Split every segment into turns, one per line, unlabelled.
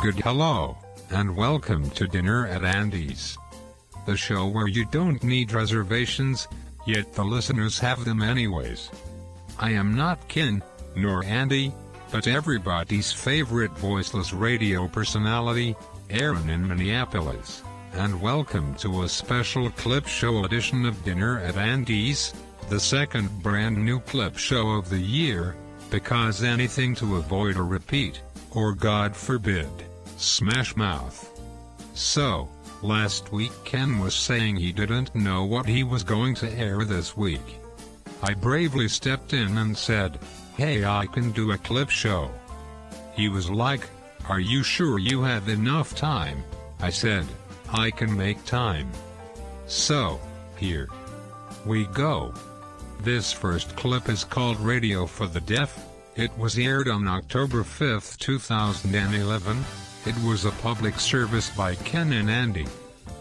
Good hello, and welcome to Dinner at Andy's. The show where you don't need reservations, yet the listeners have them anyways. I am not Ken, nor Andy, but everybody's favorite voiceless radio personality, Aaron in Minneapolis. And welcome to a special clip show edition of Dinner at Andy's, the second brand new clip show of the year, because anything to avoid a repeat, or God forbid, smash mouth. So, last week Ken was saying he didn't know what he was going to air this week. I bravely stepped in and said, Hey, I can do a clip show. He was like, Are you sure you have enough time? I said, I can make time. So, here we go. This first clip is called Radio for the Deaf. It was aired on October 5, 2011. It was a public service by Ken and Andy.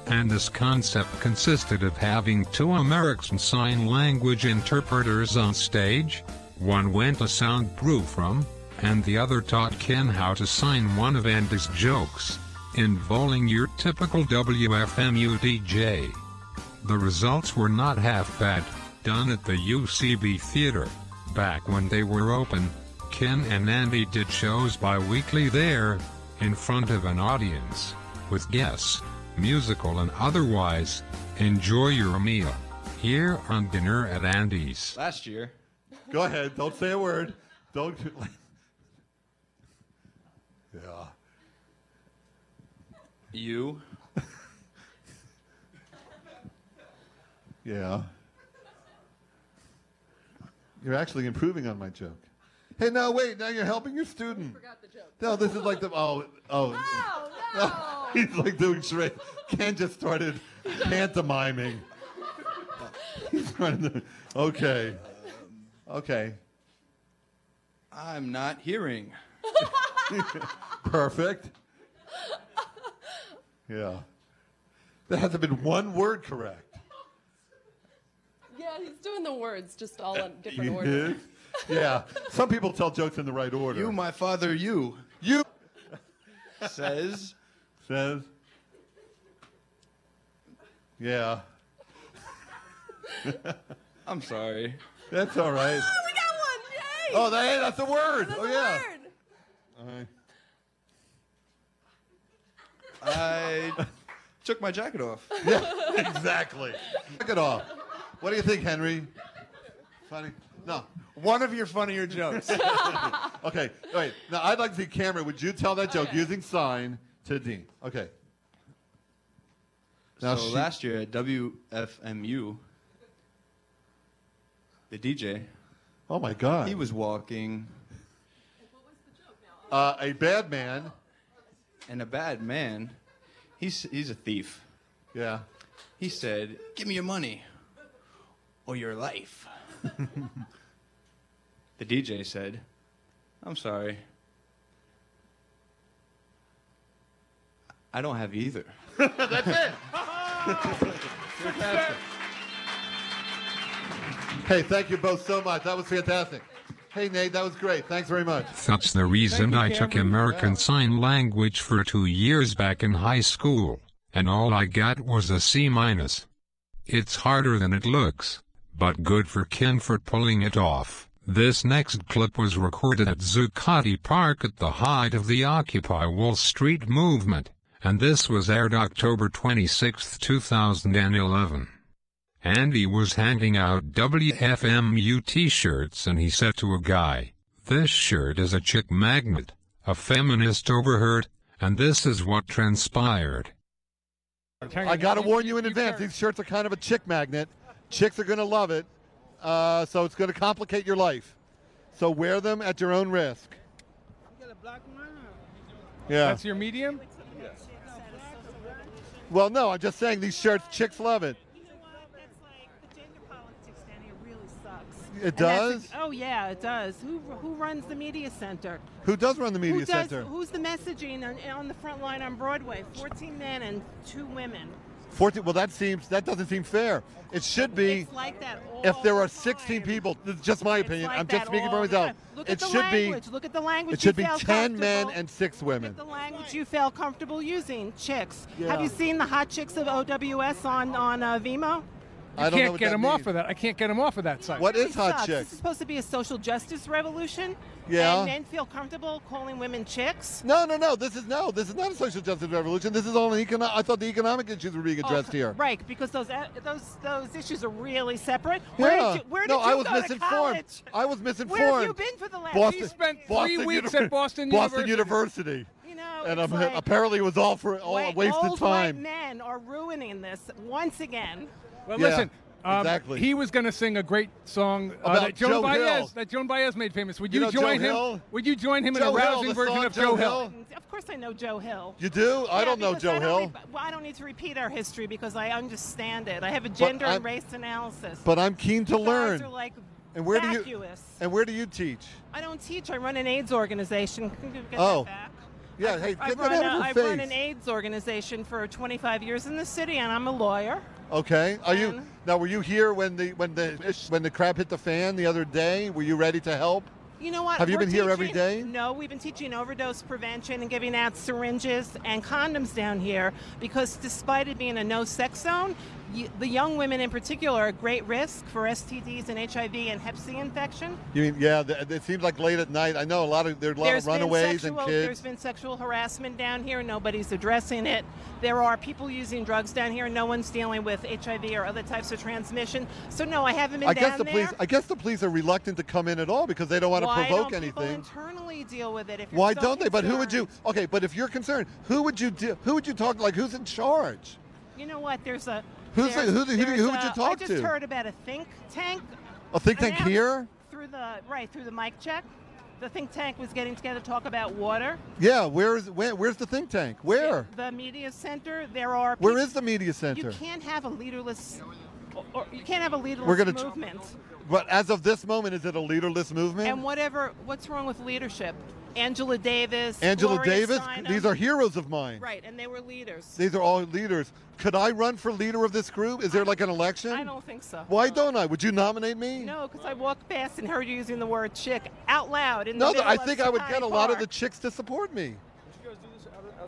And this concept consisted of having two American Sign Language interpreters on stage. One went to soundproof room, and the other taught Ken how to sign one of Andy's jokes, involving your typical WFMU DJ. The results were not half bad, done at the UCB Theater. Back when they were open, Ken and Andy did shows bi weekly there, in front of an audience, with guests, musical and otherwise. Enjoy your meal. Here on Dinner at Andy's.
Last year,
Go ahead. Don't say a word. Don't. yeah.
you
Yeah. You're actually improving on my joke. Hey, no, wait. Now you're helping your student.
forgot the joke.
No, this is like the. Oh, oh.
Oh no!
He's like doing charade. Ken just started pantomiming. He's trying to. Okay. Okay.
I'm not hearing.
Perfect. Yeah. That hasn't been one word correct.
yeah, he's doing the words just all in different
He
order.
is? Yeah. Some people tell jokes in the right order.
You, my father, you
you
says
says. Yeah.
I'm sorry.
That's all right.
We got one! Yay!
Oh, that, hey, that's a word. oh,
The
yeah.
word!
All right.
I took my jacket off.
Yeah, exactly. Knock it off. What do you think, Henry? Funny? No.
One of your funnier jokes.
Okay. Wait. Now, I'd like to see Cameron. Would you tell that joke
Okay.
using sign to Dean? Okay. Now,
so
she-
last year at WFMU, the DJ,
Oh, my God.
he was walking,
uh, a bad man.
and a bad man, he's, he's a thief.
Yeah.
He said, Give me your money or your life. the DJ said, I'm sorry. I don't have either.
Hey, thank you both so much. That was fantastic. Hey, Nate, that was great. Thanks very much.
That's the reason I took American Sign Language for two years back in high school, and all I got was a C minus. It's harder than it looks, but good for Ken for pulling it off. This next clip was recorded at Zuccotti Park at the height of the Occupy Wall Street movement, and this was aired October 26, 2011. Andy was handing out WFMU t-shirts and he said to a guy, this shirt is a chick magnet. A feminist overheard, and this is what transpired.
I got to warn you in advance. These shirts are kind of a chick magnet. Chicks are going to love it. Uh, so it's going to complicate your life. So wear them at your own risk. Yeah.
That's your medium?
well, no, I'm just saying these shirts, chicks love it.
You know what? That's like the gender politics down here really sucks.
It
And
does?
that's- oh yeah, it does. Who who runs the media center?
Who does run the media
who does?
center?
Who's the messaging on, on the front line on Broadway? Fourteen men and two women.
14. Well, that seems that doesn't seem fair. It should be
It's like that all
if there
the
are 16
time.
people. This is just my
It's
opinion.
like
I'm just
that
speaking for
all the
myself.
time. Look
it
at the
should be.
language. Look at the language.
It should be
you felt
10 men
comfortable.
and six women.
Look at the language you felt comfortable using, chicks.
Yeah.
Have you seen the hot chicks of OWS on on uh, Vimeo?
I don't know
can't
what
get
that
them off
means.
of that. I can't get them off of that site.
What
Really
is hot
sucks.
chick?
This is supposed to be a social justice revolution.
Yeah.
And men feel comfortable calling women chicks.
No, no, no. This is no. This is not a social justice revolution. This is only economic. I thought the economic issues were being addressed
Oh,
here.
Right, because those uh, those those issues are really separate.
Yeah.
Where did you, where
no,
did you
I was
go to
misinformed.
college?
I was misinformed.
Where have you been for the last?
Boston-
few
He spent
years?
three weeks at Boston
Boston
University.
University.
You know,
and
it's
I'm-
like-
apparently it was all for all oh, a
White-
waste of
old white
time.
men are ruining this once again.
Well,
Yeah,
listen. Um,
exactly.
He was going to sing a great song uh,
About
that Joan
Joe
Baez
Hill.
that Joan Baez made famous. Would
You
you,
know Joe
join him?
Hill?
Would you join him in
Joe
a
Hill,
rousing
the
version
song
of
Joe
Joe
Hill?
Of course, I know Joe Hill.
You do? I
Yeah,
don't know
because
Joe
I
Hill,
don't re- well, I don't need to repeat our history because I understand it. I have a gender
I'm-
and race analysis.
but I'm keen to
Guys
learn.
Are like
and where do you
vacuous.
and where do you teach?
I don't teach. I run an AIDS organization. Can you Get
Oh.
that back.
Yeah, hey,
I
get
run,
that out of
a,
your
I
face.
run an AIDS organization for 25 years in the city, and I'm a lawyer.
okay, are you
And-
now? Were you here when the when the ish- when the crap hit the fan the other day? Were you ready to help?
You know what?
Have you
We're
been here every
teaching-
day?
No, we've been teaching overdose prevention and giving out syringes and condoms down here because, despite it being a no-sex zone, you, the young women in particular are at great risk for STDs and HIV and Hep C infection.
You mean yeah? th it seems like late at night. I know a lot of there are a lot
There's
of runaways
been sexual,
and
There's
kids.
been sexual harassment down here. Nobody's addressing it. There are people using drugs down here. No one's dealing with HIV or other types of transmission. So no, I haven't been
I
down
guess the
there.
police. I guess the police are reluctant to come in at all because they don't want to
Why
provoke
don't people
anything.
internally deal with it? If you're
Why
so
don't they? But who would you?
concerned?
Okay, but if you're concerned, who would you do? Who would you talk? Like who's in charge?
You know what? There's a.
Who's the-
there's-
who the- who do-
there's
who would you
a-
talk
I
to?
just heard about a think tank.
A think tank
announced
here?
Through the right through the mic check, the think tank was getting together to talk about water.
Yeah, where is where, where's the think tank? Where?
The media center. There are.
Where
peop-
is the media center?
You can't have a leaderless. Or, or you can't have a leaderless
We're gonna tr-
movement.
But as of this moment, is it a leaderless movement?
and whatever. What's wrong with leadership? Angela Davis.
Angela
Gloria
Davis,
Steinem.
these are heroes of mine.
Right, and they were leaders.
These are all leaders. Could I run for leader of this group? Is there like an election?
I don't think so.
Why don't I? Would you nominate me?
No, because I walked past and heard you using the word chick out loud. In the
No, th-
middle
I
of
think I would
Sapphire
get a lot of the
Park.
chicks to support me.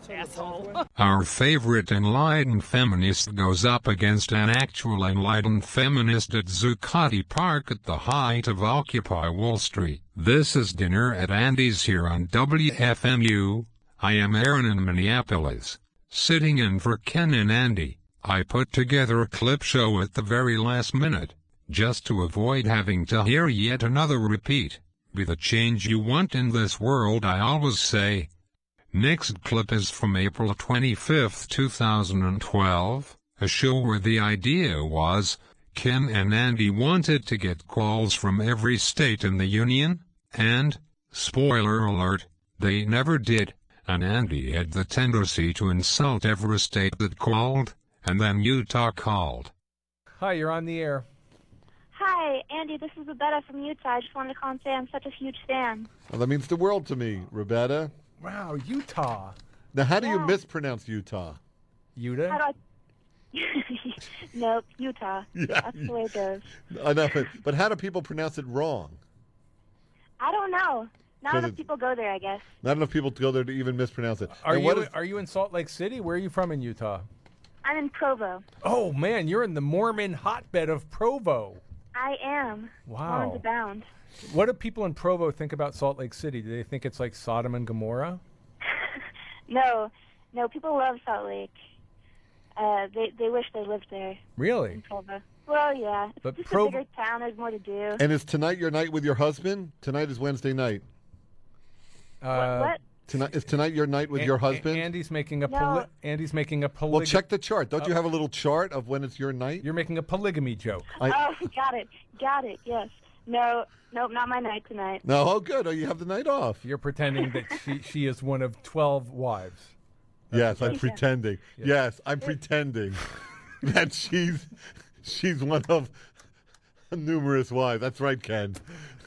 asshole.
Our favorite enlightened feminist goes up against an actual enlightened feminist at Zuccotti Park at the height of Occupy Wall Street. This is Dinner at Andy's here on WFMU. I am Aaron in Minneapolis, sitting in for Ken and Andy. I put together a clip show at the very last minute, just to avoid having to hear yet another repeat. Be the change you want in this world, I always say. Next clip is from April 25, 2012, a show where the idea was Ken and Andy wanted to get calls from every state in the union, and, spoiler alert, they never did, and Andy had the tendency to insult every state that called, and then Utah called.
Hi, you're on the air.
Hi, Andy. This is Babetta from Utah. I just wanted to call and say I'm such a huge fan.
Well, that means the world to me, Roberta.
Wow, Utah.
Now, how do you
Yeah.
mispronounce Utah?
How do
Utah.
I? nope, Utah.
Yeah.
That's the way it goes.
I know, but, but how do people pronounce it wrong?
I don't know. Not
'Cause
enough
it-
people go there, I guess.
Not enough people to go there to even mispronounce it.
Are
And
you
what is-
are you in Salt Lake City? Where are you from in Utah?
I'm in Provo.
Oh man, you're in the Mormon hotbed of Provo.
I am.
Wow.
Mormons abound.
What do people in Provo think about Salt Lake City? Do they think it's like Sodom and Gomorrah?
No, no, people love Salt Lake. Uh, they they wish they lived there,
Really?
Provo. Well, yeah. It's
But
just
Provo-
a bigger town. There's more to do.
And is tonight your night with your husband? Tonight is Wednesday night.
Uh,
what?
Tonight is tonight your night with
A-
your
A-
husband.
Andy's making a
No.
poli- Andy's making a Uh, polygamy.
well, check the chart. Don't you have a little chart of when it's your night?
Oh. You're making a polygamy joke.
Uh,
I-
Oh, got it. Got it. Yes. No, nope, not my night tonight.
no, oh good. Oh, you have the night off.
You're pretending that she she is one of twelve wives.
yes, I'm pretending. Yes, I'm pretending that she's she's one of numerous wives. That's right, Ken.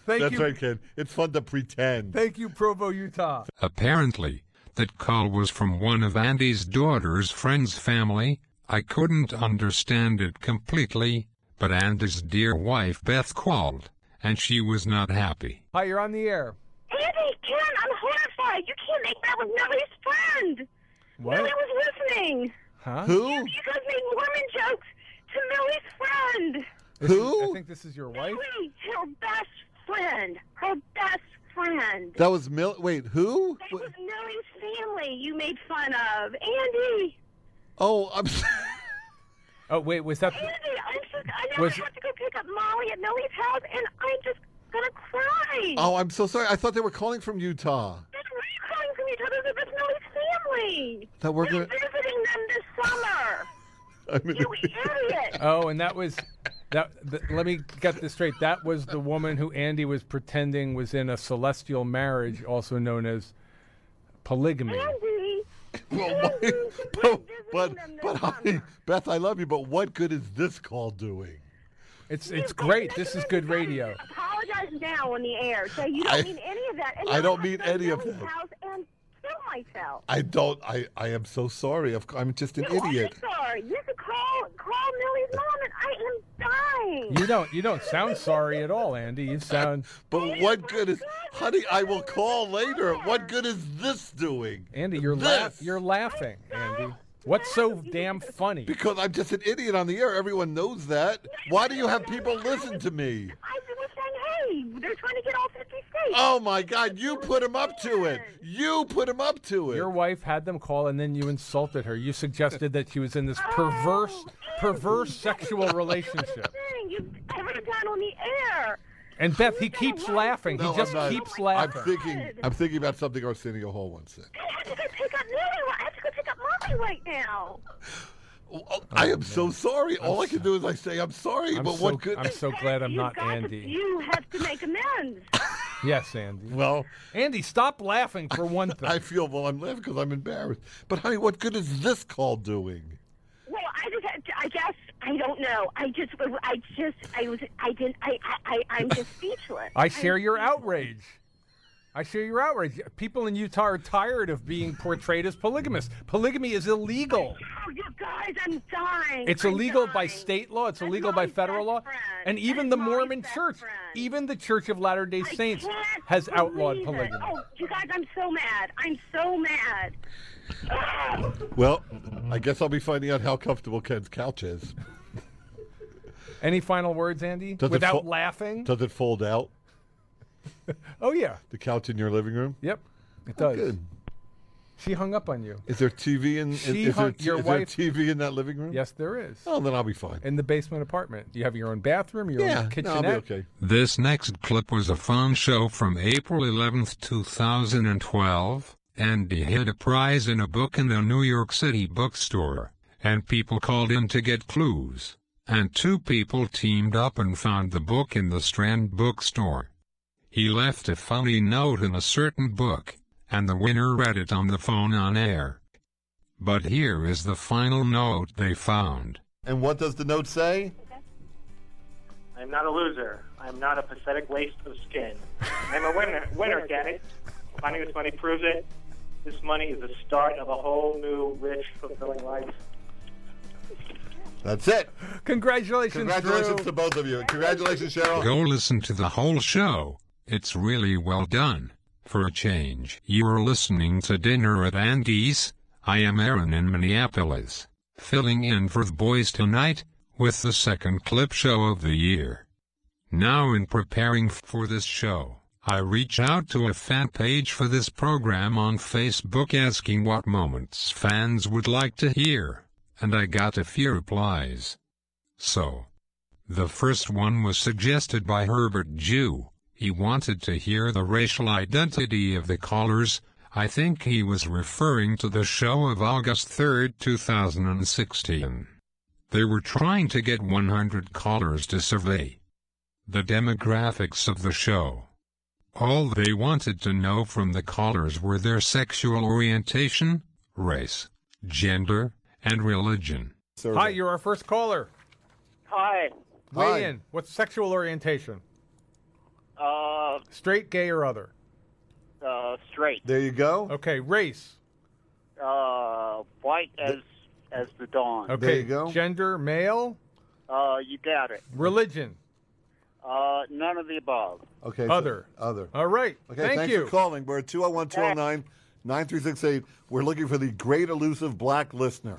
Thank
That's
you.
right, Ken. It's fun to pretend.
Thank you, Provo, Utah.
Apparently, that call was from one of Andy's daughter's friend's family, I couldn't understand it completely, but Andy's dear wife Beth called, and she was not happy.
Hi, you're on the air.
Andy, Ken, I'm horrified. You can't make that with Millie's friend.
What?
Millie was listening.
Huh?
Who?
You guys made Mormon jokes to Millie's friend.
This is-
Who?
I think this is your wife.
Millie, her best friend. Her best friend.
That was Mill. Wait, who?
That was Millie's family you made fun of. Andy,
Oh, I'm.
Oh wait, was that?
Andy, I'm so, I now
Was-
I have to go pick up Molly at Millie's house, and I'm just going to cry.
Oh, I'm so sorry. I thought they were calling from Utah.
They're really crying from each other. They're just Millie's family.
That we're
You're
gonna.
visiting them this summer.
I mean,
You idiot.
Oh, and that was that. Th- let me get this straight. That was the woman who Andy was pretending was in a celestial marriage, also known as polygamy.
Andy.
well, why-
We're
but but,
visiting them this
but honey,
summer.
Beth, I love you, but what good is this call doing?
It's it's
You
great.
guys
This
are
is good
making fun of
radio.
me. Apologize now on the air. Say you don't
I-
mean any of that. And
I
now
don't
I'll
mean
go to
any of
Millie's
that.
House and kill myself.
I don't. I I am so sorry. Of cou- I'm just an
You are
idiot.
sorry. You could call call Millie's mom, and I am dying.
You don't you don't sound sorry at all, Andy. You sound
But what good is, honey? I will call later. What good is this doing?
Andy. You're laugh
This.
you're laughing, Andy. What's so damn funny?
Because I'm just an idiot on the air. Everyone knows that. Why do you have people listen to me?
I was saying, hey, they're trying to get all 50 states.
Oh my God! You put him up to it. You put him up to it.
Your wife had them call, and then you insulted her. You suggested that she was in this perverse perverse sexual relationship.
Thing you've ever done on the air.
And Beth, he keeps laughing.
No,
He just
I'm not.
keeps
I'm
laughing.
thinking. I'm thinking about something Arsenio Hall once said.
I have to go pick up Millie. I have to go pick up Molly right now.
Oh, I am so sorry. All I can do is I say I'm sorry.
I'm
but
so,
what good?
I'm so glad I'm
You've
not
got to-
Andy.
you have to make amends.
Yes, Andy.
well,
Andy, stop laughing for one thing.
I feel well. I'm laughing because I'm embarrassed. But honey, what good is this call doing?
Well, I just, had to- I guess, I don't know. I just, I just, I was, I didn't, I, I, I I'm just speechless.
I share your outrage. I share your outrage. People in Utah are tired of being portrayed as polygamists. Polygamy is illegal.
Oh, you guys, I'm dying.
It's
I'm
illegal by
dying.
state law. It's
That's
illegal by
Molly's
federal
best
law.
friend.
And even
That's
the
Molly's
Mormon
best
Church,
friend.
even the Church of Latter Day
I
Saints,
can't
has
believe
outlawed
it.
polygamy.
Oh, you guys, I'm so mad. I'm so mad.
Ah!
Well, I guess I'll be finding out how comfortable Ken's couch is.
Any final words, Andy?
Does it
Without
fo-
laughing?
Does it fold out?
oh, yeah.
The couch in your living room?
Yep. It does.
Oh, Good.
She hung up on you.
Is there TV in? Is,
She
is there,
hung-
t-
your
is
wife-
there TV in that living room?
Yes, there is.
Oh, then I'll be fine.
in the basement apartment. You have your own bathroom, your
yeah,
own
no, I'll
kitchenette.
be okay.
This next clip was a phone show from April 11, 2012. Andy hid a prize in a book in the New York City bookstore, and people called in to get clues. And two people teamed up and found the book in the Strand bookstore. He left a funny note in a certain book, and the winner read it on the phone on air. But here is the final note they found.
And what does the note say?
I'm not a loser. I'm not a pathetic waste of skin. I'm a winner. Winner, get it? Finding this money proves it. This money is the start of a whole new, rich, fulfilling life.
That's it.
Congratulations,
Congratulations to
Drew.
both of you. Congratulations, Cheryl.
Go listen to the whole show. It's really well done. For a change, you're listening to Dinner at Andy's. I am Aaron in Minneapolis, filling in for the boys tonight with the second clip show of the year. Now, in preparing for this show, I reach out to a fan page for this program on Facebook asking what moments fans would like to hear, and I got a few replies. So, the first one was suggested by Herbert Jew. He wanted to hear the racial identity of the callers. I think he was referring to the show of August 3, 2016. They were trying to get 100 callers to survey the demographics of the show. All they wanted to know from the callers were their sexual orientation, race, gender, and religion.
Hi, you're our first caller.
Hi.
Weigh
Hi.
in. What's sexual orientation?
Uh,
Straight, gay, or other?
uh, straight.
There you go.
Okay, race.
Uh, white as
as the dawn.
Okay. Gender, male,
Uh, you got it.
religion.
Uh, none of the above.
Okay. so-
Other.
other.
All right.
Okay,
Thank
thanks
you.
for calling. We're at 201 209 9368. We're looking for the great elusive black listener.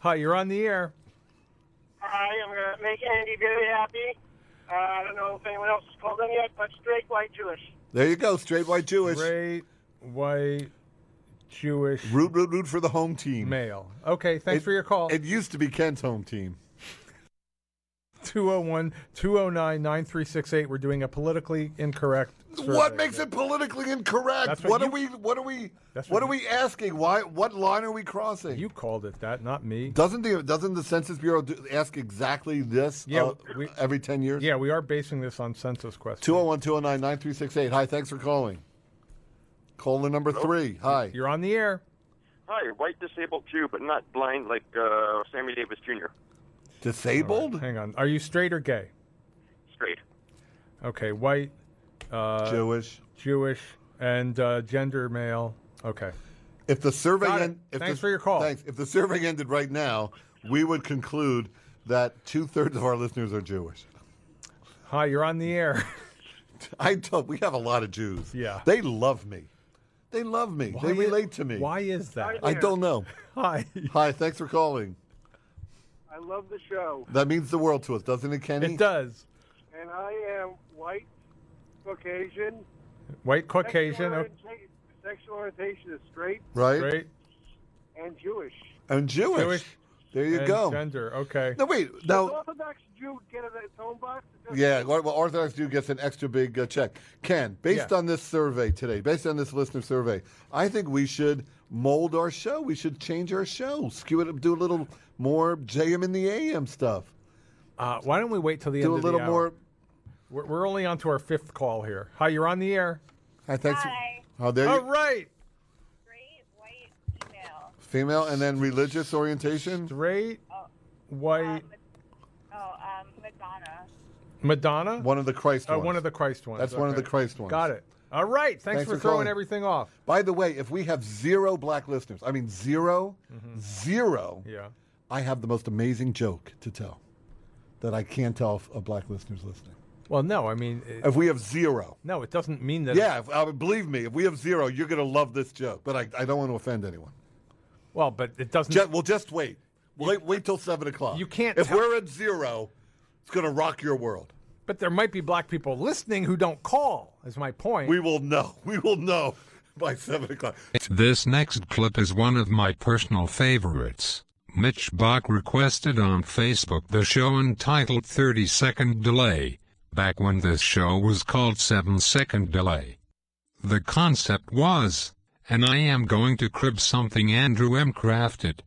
Hi, you're on the air.
Hi, I'm going to make Andy very happy. Uh, I don't know if anyone else has called in yet, but straight white Jewish.
There you go, straight white Jewish.
Straight white Jewish.
Root, root, root for the home team.
Male. Okay, thanks for your call.
It used to be Ken's home team.
201 209 9368. We're doing a politically incorrect.
What makes it politically incorrect?
That's
What,
what
are we? What are we?
That's
What
what
are
you-
we asking? Why? What line are we crossing?
You called it that, not me.
Doesn't the Doesn't the Census Bureau do, ask exactly this?
Yeah,
uh,
we-
every ten years.
Yeah, we are basing this on census questions.
201 209 9368. Hi, thanks for calling. Caller number three. Hi.
You're on the air.
Hi, white disabled Jew, but not blind like uh, Sammy Davis Jr.
Disabled?
Hang on. Are you straight or gay?
Straight.
Okay, white, uh,
Jewish.
Jewish, and uh, gender male. Okay.
If the survey
Got it.
end, if
Thanks
the,
for your call.
Thanks. If the survey ended right now, we would conclude that two thirds of our listeners are Jewish.
Hi, you're on the air.
I don't, we have a lot of Jews.
Yeah.
They love me. They love me.
Why
they
i-
relate to me.
Why is that?
I don't know.
Hi.
Hi. Thanks for calling.
I love the show,
That means the world to us, doesn't it, Kenny?
It does.
and I am white, Caucasian.
White Caucasian. oh.
Sexual,
Okay.
orienta- sexual orientation is straight
Right.
Right.
and Jewish.
And Jewish.
Jewish
There you
and
go.
Gender. Okay.
No, wait.
Does
Now,
Orthodox Jew get a- its own box?
yeah, well, well, Orthodox Jew gets an extra big uh, check. Ken, based
Yeah.
on this survey today, based on this listener survey, I think we should mold our show. We should change our show, skew it, up, do a little more JM and the AM stuff.
Uh, why don't we wait till the
do
end
a
of
little
the hour?
more.
We're, we're only on to our fifth call here. Hi, you're on the air.
Hi, thanks.
Hi.
Oh, there
All
you,
right.
Great white female.
female, and then religious orientation.
Straight, white,
Oh, um, Madonna.
Madonna.
One of the Christ
Uh,
ones.
one of the Christ ones.
That's one of
Okay.
the Christ ones.
Got it. All right. Thanks,
Thanks
for,
for
throwing
calling.
everything off.
By the way, if we have zero black listeners, I mean 0 zero,
Mm-hmm. Yeah.
I have the most amazing joke to tell that I can't tell if a black listener's listening.
Well, no, I mean, it,
If we have zero,
no, it doesn't mean that.
yeah, if, uh, believe me, if we have zero, you're going to love this joke, but I, I don't want to offend anyone.
Well, but it doesn't.
Just, well, just wait. Wait, wait till 7 o'clock.
You can't
If
tell-
we're at zero, it's going to rock your world.
but there might be black people listening who don't call. Is my point.
We will know. We will know by 7 o'clock.
This next clip is one of my personal favorites. Mitch Bach requested on Facebook the show entitled 30 Second Delay, back when this show was called 7 Second Delay. The concept was, and I am going to crib something Andrew M. crafted.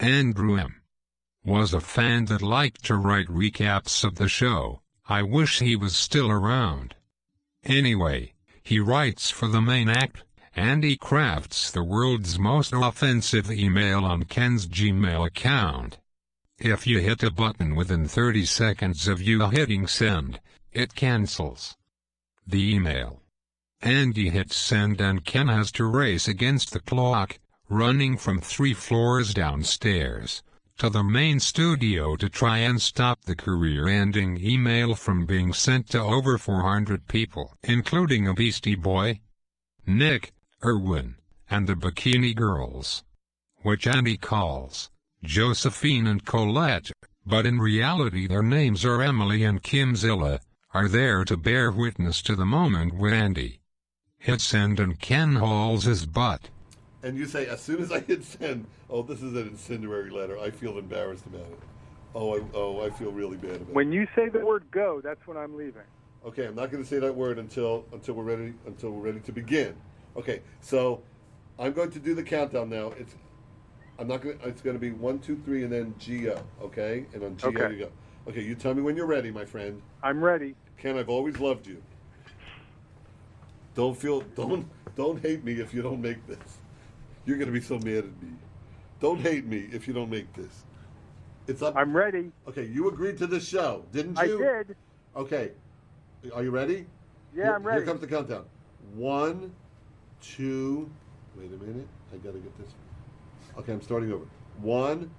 Andrew M. was a fan that liked to write recaps of the show. I wish he was still around. Anyway, he writes for the main act, and he crafts the world's most offensive email on Ken's Gmail account. If you hit a button within 30 seconds of you hitting send, it cancels the email. Andy hits send and Ken has to race against the clock, running from three floors downstairs to the main studio to try and stop the career-ending email from being sent to over 400 people, including a Beastie Boy, Nick, Irwin, and the Bikini Girls, which Andy calls Josephine and Colette, but in reality their names are Emily and Kim Zilla, are there to bear witness to the moment when Andy hits send and Ken hauls his butt.
And you say, as soon as I hit send, oh, this is an incendiary letter. I feel embarrassed about it. Oh, I, oh, I feel really bad about it.
When you say the word go, that's when I'm leaving.
Okay, I'm not going to say that word until until we're ready until we're ready to begin. Okay, so I'm going to do the countdown now. It's I'm not going. to It's going to be one, two, three, and then Geo. Okay, and on Geo
Okay.
you go. Okay, you tell me when you're ready, my friend.
I'm ready.
Ken, I've always loved you. Don't feel don't don't hate me if you don't make this. You're going to be so mad at me. Don't hate me if you don't make this. It's up.
I'm ready.
okay, you agreed to this show, didn't
I
you?
did.
Okay. Are you ready?
Yeah,
Here-
I'm ready.
Here comes the countdown. One, two. Wait a minute. I gotta get this. Okay, I'm starting over. One,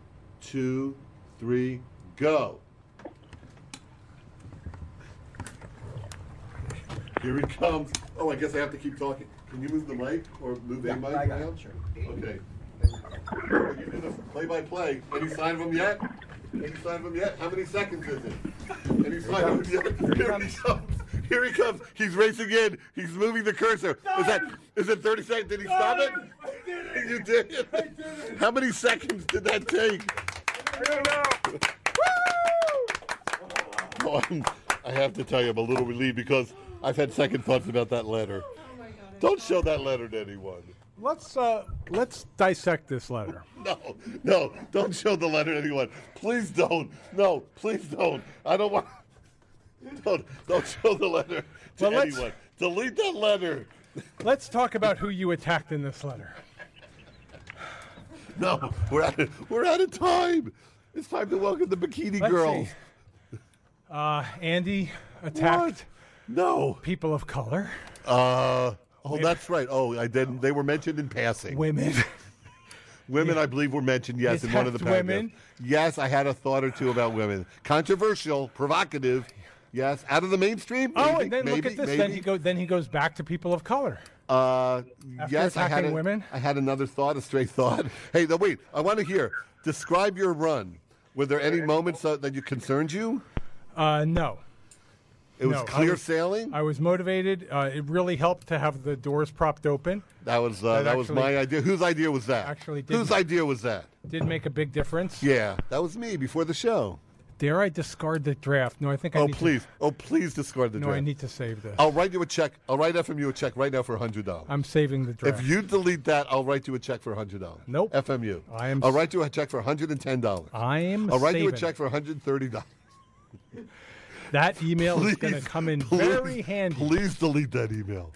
two, three, go. Here he comes. Oh, I guess I have to keep talking. Can you move the mic or move a mic around? Sure. Okay. Are you doing a play-by-play? Any sign of him yet? Any sign of him yet? How many seconds is it? Any sign of him yet? Here he comes. Here he comes. He's racing in. He's moving the cursor. Is that? Is it 30 seconds? Did he stop it? You did it. How many seconds did that take?
I don't know.
Oh, I'm- I have to tell you, I'm a little relieved because I've had second thoughts about that letter. Don't show that letter to anyone.
Let's uh, let's dissect this letter.
No, no, don't show the letter to anyone. Please don't. No, please don't. I don't want. Don't don't show the letter to
Well, let's-
anyone. Delete that letter.
Let's talk about who you attacked in this letter.
No, we're out of we're out of time. It's time to welcome the bikini
Let's
girls.
see. Uh, Andy attacked
No
people of color,
Uh, oh, that's right. Oh, I didn't. They were mentioned in passing.
Women.
Women, I believe, were mentioned. Yes, in one of the
Attacked
paragraphs.
women.
Yes, I had a thought or two about women. Controversial, provocative. Yes, out of the mainstream.
Oh,
maybe,
and then look
maybe,
at this. Then
Maybe.
he go. Then he goes back to people of color.
Uh,
After
yes, I had
attacking
a-
women?
I had another thought, a stray thought. Hey, no, wait. I want to hear. Describe your run. Were there any moments that, that you concerned you?
Uh, no.
It was
No, I
clear sailing.
I was motivated. Uh, it really helped to have the doors propped open.
That was uh,
That
that, was
actually-
my idea. Whose idea was that?
Actually, did
whose idea was that?
did make a big difference.
Yeah, that was me before the show.
Dare I discard the draft? No, I think I
Oh
need
please,
To,
oh please discard the
no,
draft.
I need to save this.
I'll write you a check. I'll write FMU a check right now for hundred dollars.
I'm saving the draft.
If you delete that, I'll write you a check for hundred dollars. Nope. FMU.
I am
I'll write you a check for hundred and ten dollars.
I am
I'll write you a
saving.
check for hundred and thirty dollars.
that email is going to come in very handy.
Please delete that email.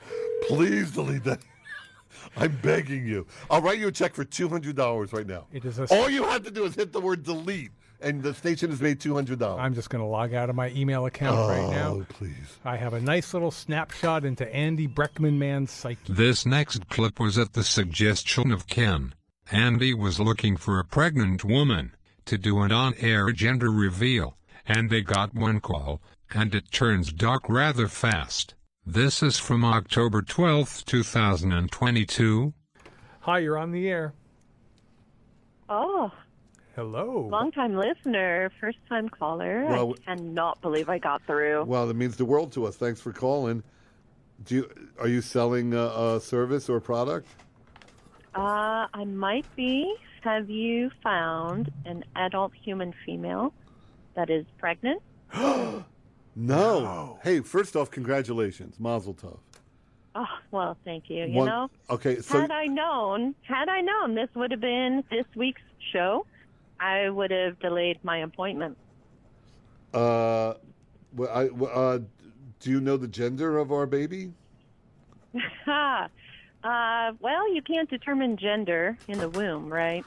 Please delete that. I'm begging you. I'll write you a check for two hundred dollars right now.
It is a-
All you have to do is hit the word delete, and the station has made two hundred dollars.
I'm just going to log out of my email account right now.
Oh, please.
I have a nice little snapshot into Andy Breckman Man's psyche.
This next clip was at the suggestion of Ken. Andy was looking for a pregnant woman to do an on air gender reveal, and they got one call, and it turns dark rather fast. This is from October 12, 2022.
Hi, you're on the air.
Oh,
Hello.
long time listener, first time caller.
Well,
I cannot believe I got through.
Well, that means the world to us. Thanks for calling. Do you, are you selling a, a service or product?
Uh, I might be. Have you found an adult human female that is pregnant? Oh,
no. Hey, first off, congratulations, Mazel Tov.
Oh, well, thank you. You
One-
know,
Okay, so
had I known, had I known this would have been this week's show, I would have delayed my appointment.
uh, well, I, well, uh, do you know the gender of our baby?
uh, well, you can't determine gender in the womb, right?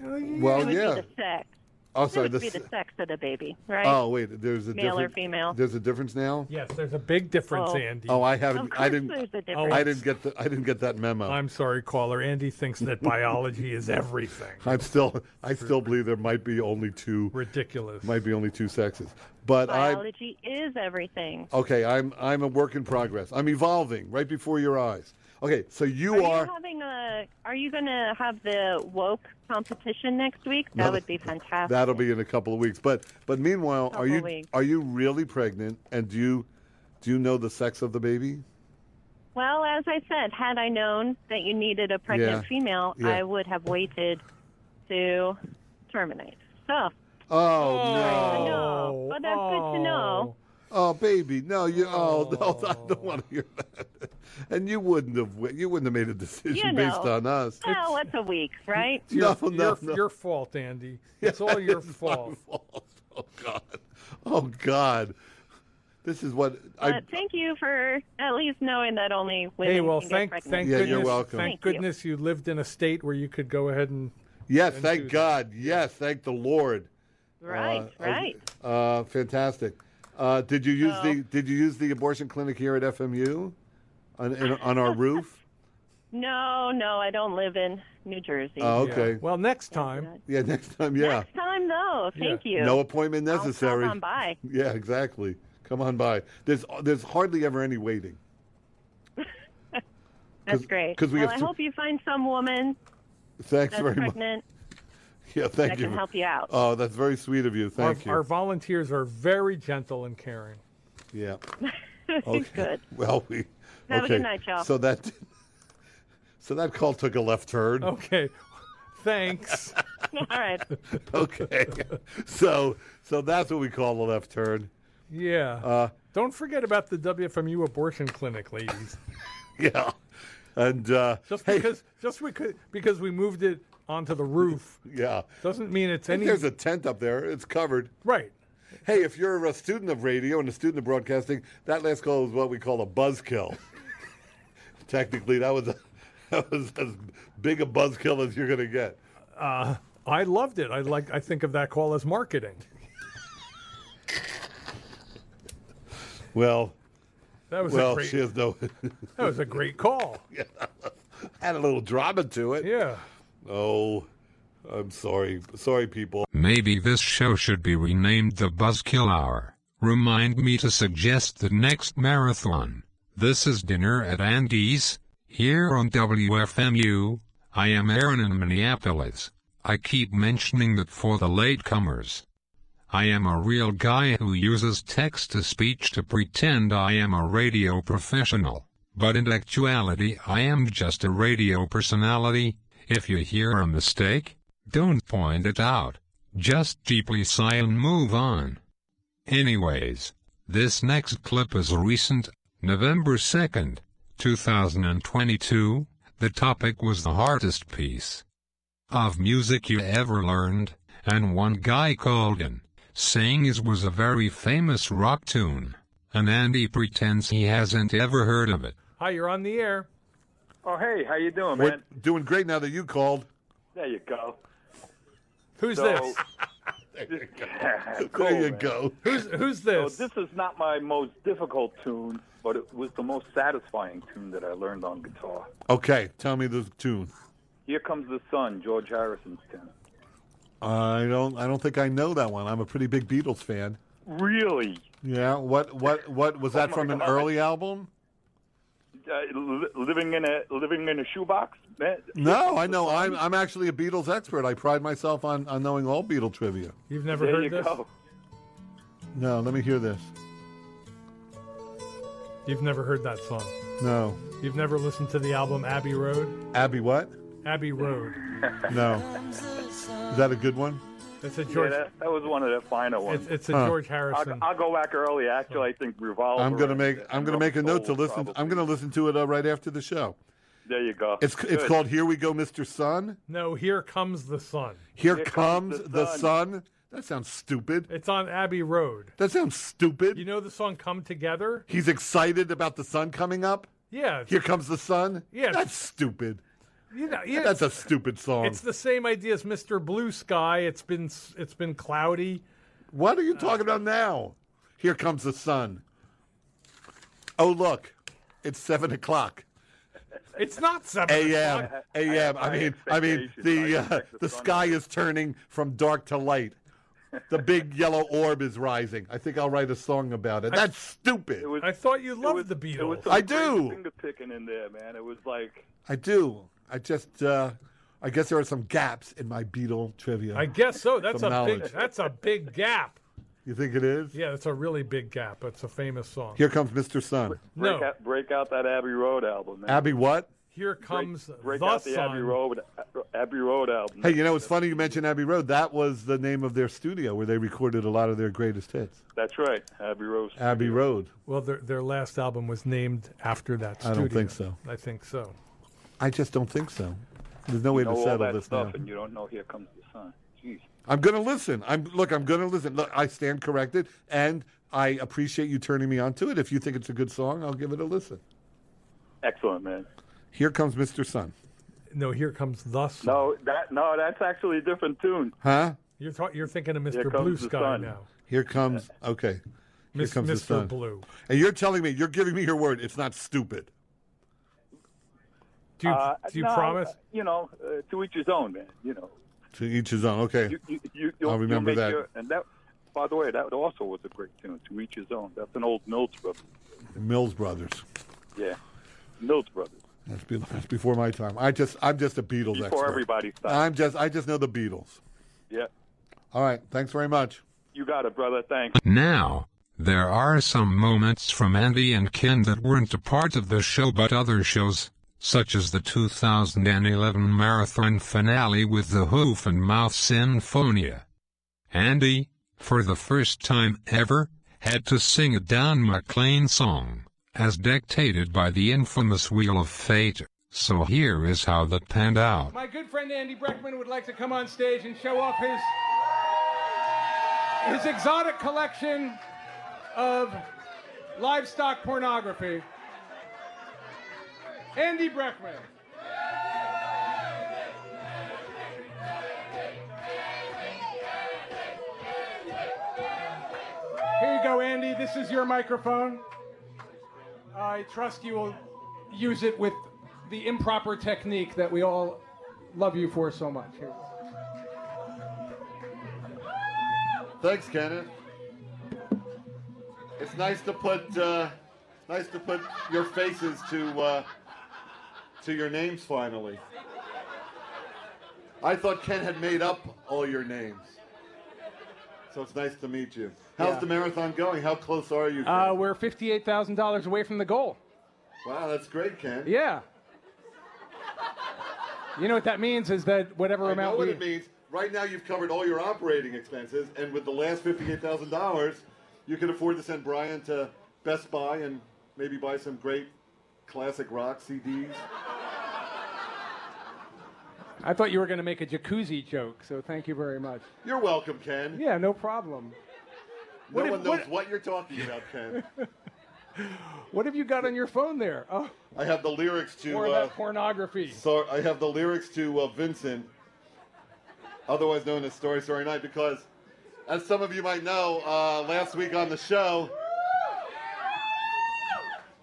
Well,
it would
yeah.
Be the sex.
Oh,
It
sorry.
would
The,
be
s-
the sex of the baby, right?
Oh, wait. There's a
Male or
difference-
female.
There's a difference now.
Yes, there's a big difference,
Oh.
Andy. Oh,
Oh, I haven't.
Of
I
course
didn't.
there's a
difference.
I didn't get the. I didn't get that memo.
I'm sorry, caller. Andy thinks that biology is everything.
I'm still. I still believe there might be only two.
Ridiculous.
Might be only two sexes. But I.
Biology is everything.
Okay, I'm I'm a work in progress. I'm evolving right before your eyes. Okay, so you
are,
are,
you having a? Are you going to have the woke competition next week? That
No.
would be fantastic.
that'll be in a couple of weeks. But but meanwhile, are
Couple
you
weeks.
are you really pregnant and do you do you know the sex of the baby?
Well, as I said, had I known that you needed a pregnant
Yeah.
female,
Yeah.
I would have waited to terminate. So,
Oh, no.
no, but that's good to know.
Oh baby, no, you oh, no, I don't want to hear that. And you wouldn't have wi- you wouldn't have made a decision
You know.
based on us.
Well, what's a week, right?
It's your,
No, no,
your,
no.
your fault, Andy. It's all your fault.
Oh god. Oh god. This is what I
But thank you for at least knowing that only women
Hey, well,
can get
thank
pregnant.
thank
Yeah, you're
goodness,
welcome.
Thank,
Thank you.
goodness you. lived in a state where you could go ahead and
Yes,
and do
thank
that.
God. Yes, thank the Lord.
Right,
Uh,
right.
Uh, fantastic. Uh, did you use the Did you use the abortion clinic here at FMU, on in, on our roof?
No, no, I don't live in New Jersey.
Oh, okay.
Well, next time.
Yeah, next time. Yeah.
Next time, though. Thank you.
No appointment
I'll come
necessary.
on by.
Yeah, exactly. Come on by. There's there's hardly ever any waiting.
That's great.
'cause we
well,
have
I
to-
hope you find some woman
Thanks
that's
very much.
pregnant.
Yeah, thank
that
you.
can help you out.
Oh, that's very sweet of you.
Our,
Thank you.
our volunteers are very gentle and caring.
Yeah.
It's Good.
Well, we
Have a
okay.
good night, y'all.
So that so that call took a left turn.
Okay. Thanks.
All right.
okay. So so that's what we call a left turn.
Yeah.
Uh,
Don't forget about the WFMU abortion clinic, ladies.
yeah. And uh,
Just because just we could because we moved it onto the roof
yeah,
doesn't mean it's any
there's a tent up there. It's covered.
Right.
Hey, if you're a student of radio and a student of broadcasting, that last call is what we call a buzzkill. Technically, that was a, that was as big a buzzkill as you're going to get.
uh, I loved it. I like I think of that call as marketing.
Well,
That was a
well,
great-
she has no.
That was a great call.
yeah, had a little drama to it.
Yeah.
Oh, I'm sorry, sorry, people.
Maybe this show should be renamed the Buzzkill Hour. Remind me to suggest the next marathon. This is Dinner at Andy's, here on WFMU. I am Aaron in Minneapolis. I keep mentioning that for the latecomers. I am a real guy who uses text to speech to pretend I am a radio professional, but in actuality I am just a radio personality. If you hear a mistake, don't point it out. Just deeply sigh and move on. Anyways, this next clip is recent, November 2nd, 2022. The topic was the hardest piece of music you ever learned, and one guy called in, saying his was a very famous rock tune, and Andy pretends he hasn't ever heard of it.
Hi, you're on the air.
Oh, hey, how you doing,
We're
man?
doing great now that you called.
There you go.
Who's
So- there
this?
you go.
There you go.
Who's who's this?
So this is not my most difficult tune, but it was the most satisfying tune that I learned on guitar.
Okay, tell me the tune.
Here comes the sun, George Harrison's tune.
I don't. I don't think I know that one. I'm a pretty big Beatles fan.
Really?
Yeah. What? What? What was that
my
from an
God.
early album?
Uh, li- living in a living in a shoebox? Eh? Man,
No, I know. I'm I'm actually a Beatles expert. I pride myself on, on knowing all Beatle trivia.
You've never
there
heard
you
this?
go.
No, let me hear this.
You've never heard that song.
No,
You've never listened to the album Abbey Road?
Abby, what?
Abbey Road.
No, is that a good one?
That's a
Yeah,
George
that, that was one of the finer ones.
It's- it's a
Huh.
George
I'll,
Harrison.
I'll go back early. Actually, I think Revolver.
I'm gonna
and-
make I'm
and Rubber
gonna make a note to
Soul,
listen.
probably.
I'm gonna listen to it uh, right after the show.
There you go.
It's it's
Good.
called Here We Go, Mr. Sun.
No, here comes the sun.
Here, comes, the, sun. That sounds stupid.
It's on Abbey Road.
That sounds stupid.
You know the song "Come Together"?
He's excited about the sun coming up.
Yeah. it's-
Here comes the sun.
Yeah.
that's stupid.
you know, yeah,
That's a
it's-
stupid song.
It's the same idea as Mr. Blue Sky. It's been s- it's been cloudy.
What are you talking about now? Here comes the sun. Oh look, it's seven o'clock
It's not seven
a.m.
o'clock.
a.m. I mean, I mean the uh, the sky is turning from dark to light. The big yellow orb is rising. I think I'll write a song about it. That's stupid.
I thought you loved the
It was
Beatles.
some
I
great
do.
Finger picking in there, man. It was like
I do. I just, uh, I guess there are some gaps in my Beatle trivia.
I guess so. That's
Some
a big
knowledge.
that's a big gap.
You think it is?
Yeah, that's a really big gap. It's a famous song.
Here comes Mr. Sun.
No.
break, out, break out that Abbey Road album. Man.
Abby, what?
Here
break,
comes
break
the
out
sun.
the Abbey Road Abbey Road album.
Hey, you know, it's funny you mentioned Abbey Road. That was the name of their studio where they recorded a lot of their greatest hits.
That's right, Abbey Road.
Abbey Road.
Well, their their last album was named after that.
I
Studio.
don't think so.
I think so.
I just don't think so. There's no way
you know
to
all
settle
that
this
stuff,
now.
and you don't know. Here comes the sun. Jeez.
I'm going to listen. I'm look. I'm going to listen. Look, I stand corrected, and I appreciate you turning me on to it. If you think it's a good song, I'll give it a listen.
Excellent, man.
Here comes Mr. Sun.
No, here comes the sun.
No, that no, that's actually a different tune.
Huh?
You're ta- you're thinking of
Here
Mr.
comes
Blue
the
Sky
sun.
now.
Here comes okay. Here
Miss-
comes the
Mr.
sun.
Blue.
And you're telling me, you're giving me your word, it's not stupid.
Do you-
Uh,
do you
no,
promise?
You know, uh, to each his own. Man. You know,
To each his own. Okay.
you, you, you, you'll-
I'll
you'll
remember
make
that.
Your, and that, by the way, that also was a great tune. To each his own. That's an old Mills brother.
Mills Brothers.
Yeah, Mills brothers.
That's, be, that's before my time. I just I'm just a Beatles
Before
expert.
everybody's time.
I'm just I just know the Beatles.
Yeah,
All right. Thanks very much.
you got it, brother. Thanks.
Now, there are some moments from Andy and Ken that weren't a part of the show but other shows, such as the 2011 marathon finale with the Hoof and Mouth Sinfonia. Andy, for the first time ever, had to sing a Don McLean song, as dictated by the infamous Wheel of Fate, so here is how that panned out.
My good friend Andy Breckman would like to come on stage and show off his his exotic collection of livestock pornography. Andy Breckman. Here you go, Andy. This is your microphone. I trust you will use it with the improper technique that we all love you for so much. Here.
Thanks, Kenneth. It's nice to put uh, nice to put your faces to uh, to your names finally. I thought Ken had made up all your names, so it's nice to meet you. How's
Yeah.
the marathon going? How close are you?
Uh, we're fifty-eight thousand dollars away from the goal.
Wow, that's great, Ken.
Yeah. You know what that means is that whatever
I know
amount
what
we
it means. Right now, you've covered all your operating expenses, and with the last fifty-eight thousand dollars, you can afford to send Brian to Best Buy and maybe buy some great classic rock CDs.
I thought you were going to make a jacuzzi joke, so thank you very much.
You're welcome, Ken.
Yeah, no problem.
No
What if-
one knows
what-
what, you're talking about, Ken.
What have you got on your phone there? Oh,
I have the lyrics to.
more of
Uh,
that pornography.
sorry, I have the lyrics to uh, Vincent, otherwise known as Story Story Night, because, as some of you might know, uh, last week on the show,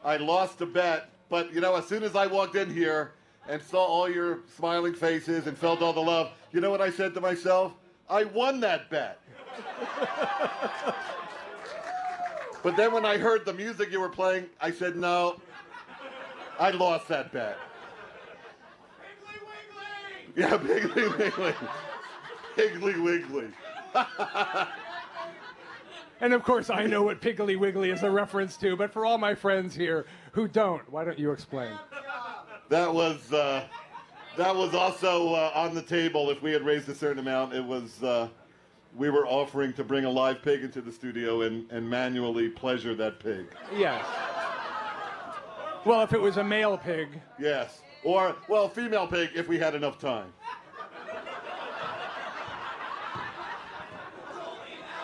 I lost a bet. But you know, as soon as I walked in here and saw all your smiling faces and felt all the love, you know what I said to myself? I won that bet. But then when I heard the music you were playing, I said, no, I lost that bet. Yeah, Piggly Wiggly. Piggly Wiggly.
And of course, I know what Piggly Wiggly is a reference to, but for all my friends here who don't, why don't you explain?
That was uh, that was also uh, on the table. If we had raised a certain amount, it was uh, we were offering to bring a live pig into the studio and, and manually pleasure that pig.
Yes. Well, if it was a male pig,
Yes, or well, female pig if we had enough time.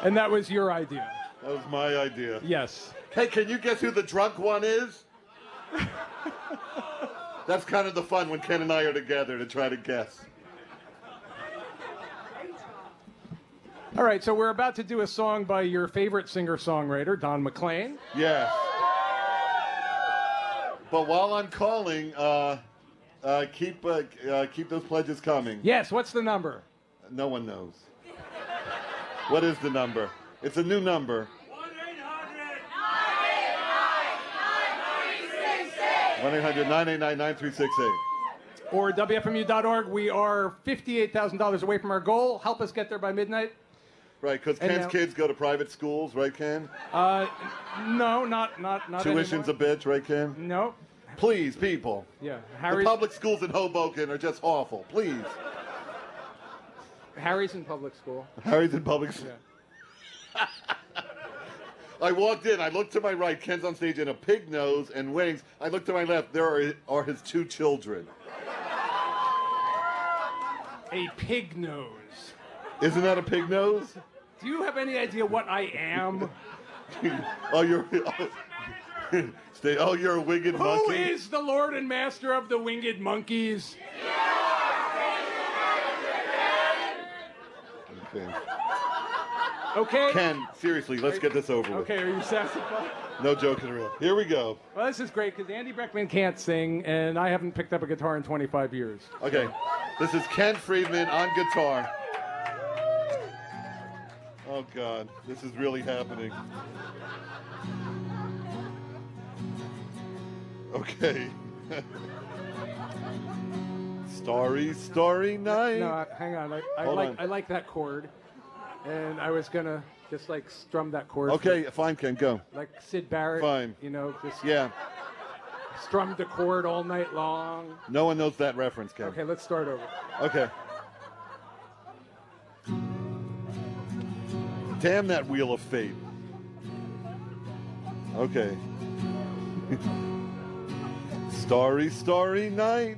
and that was your idea.
That was my idea.
Yes.
Hey, can you guess who the drunk one is? That's kind of the fun when Ken and I are together to try to guess.
All right, so we're about to do a song by your favorite singer-songwriter, Don McLean.
Yes. But while I'm calling, uh, uh, keep uh, uh, keep those pledges coming.
Yes, what's the number?
No one knows. What is the number? It's a new number. One 9368
Or WFMU.org. We are $58,000 away from our goal. Help us get there by midnight.
Right, because
And
Ken's
now-
kids go to private schools, right, Ken?
Uh, no, not not not
Tuition's
anymore.
a bitch, right, Ken?
No.
Please, people.
Yeah,
The
Harry's,
public schools in Hoboken are just awful. Please.
Harry's in public school.
Harry's in public school. I walked in. I looked to my right. Ken's on stage in a pig nose and wings. I looked to my left. There are, are his two children.
A pig nose.
Isn't that a pig nose?
Do you have any idea what I am?
oh, you're. Oh, stay, oh, you're a winged
Who
monkey.
is the Lord and Master of the Winged Monkeys?
Okay.
Okay.
Ken, seriously, let's get this over with.
Okay, are you satisfied?
No joking around. Here we go.
Well, this is great because Andy Breckman can't sing, and I haven't picked up a guitar in 25 years.
Okay. This is Ken Friedman on guitar. Oh, God. This is really happening. Okay. starry, starry night.
No, I- hang on. I, I
Hold
like
on.
I like that chord, and I was gonna just like strum that chord.
okay,
for-
fine, Ken, go.
like Sid Barrett.
Fine.
You know, just
Yeah.
Strummed the chord all night long.
No one knows that reference, Ken.
Okay, let's start over.
Okay. Damn that wheel of fate. Okay. starry, starry night.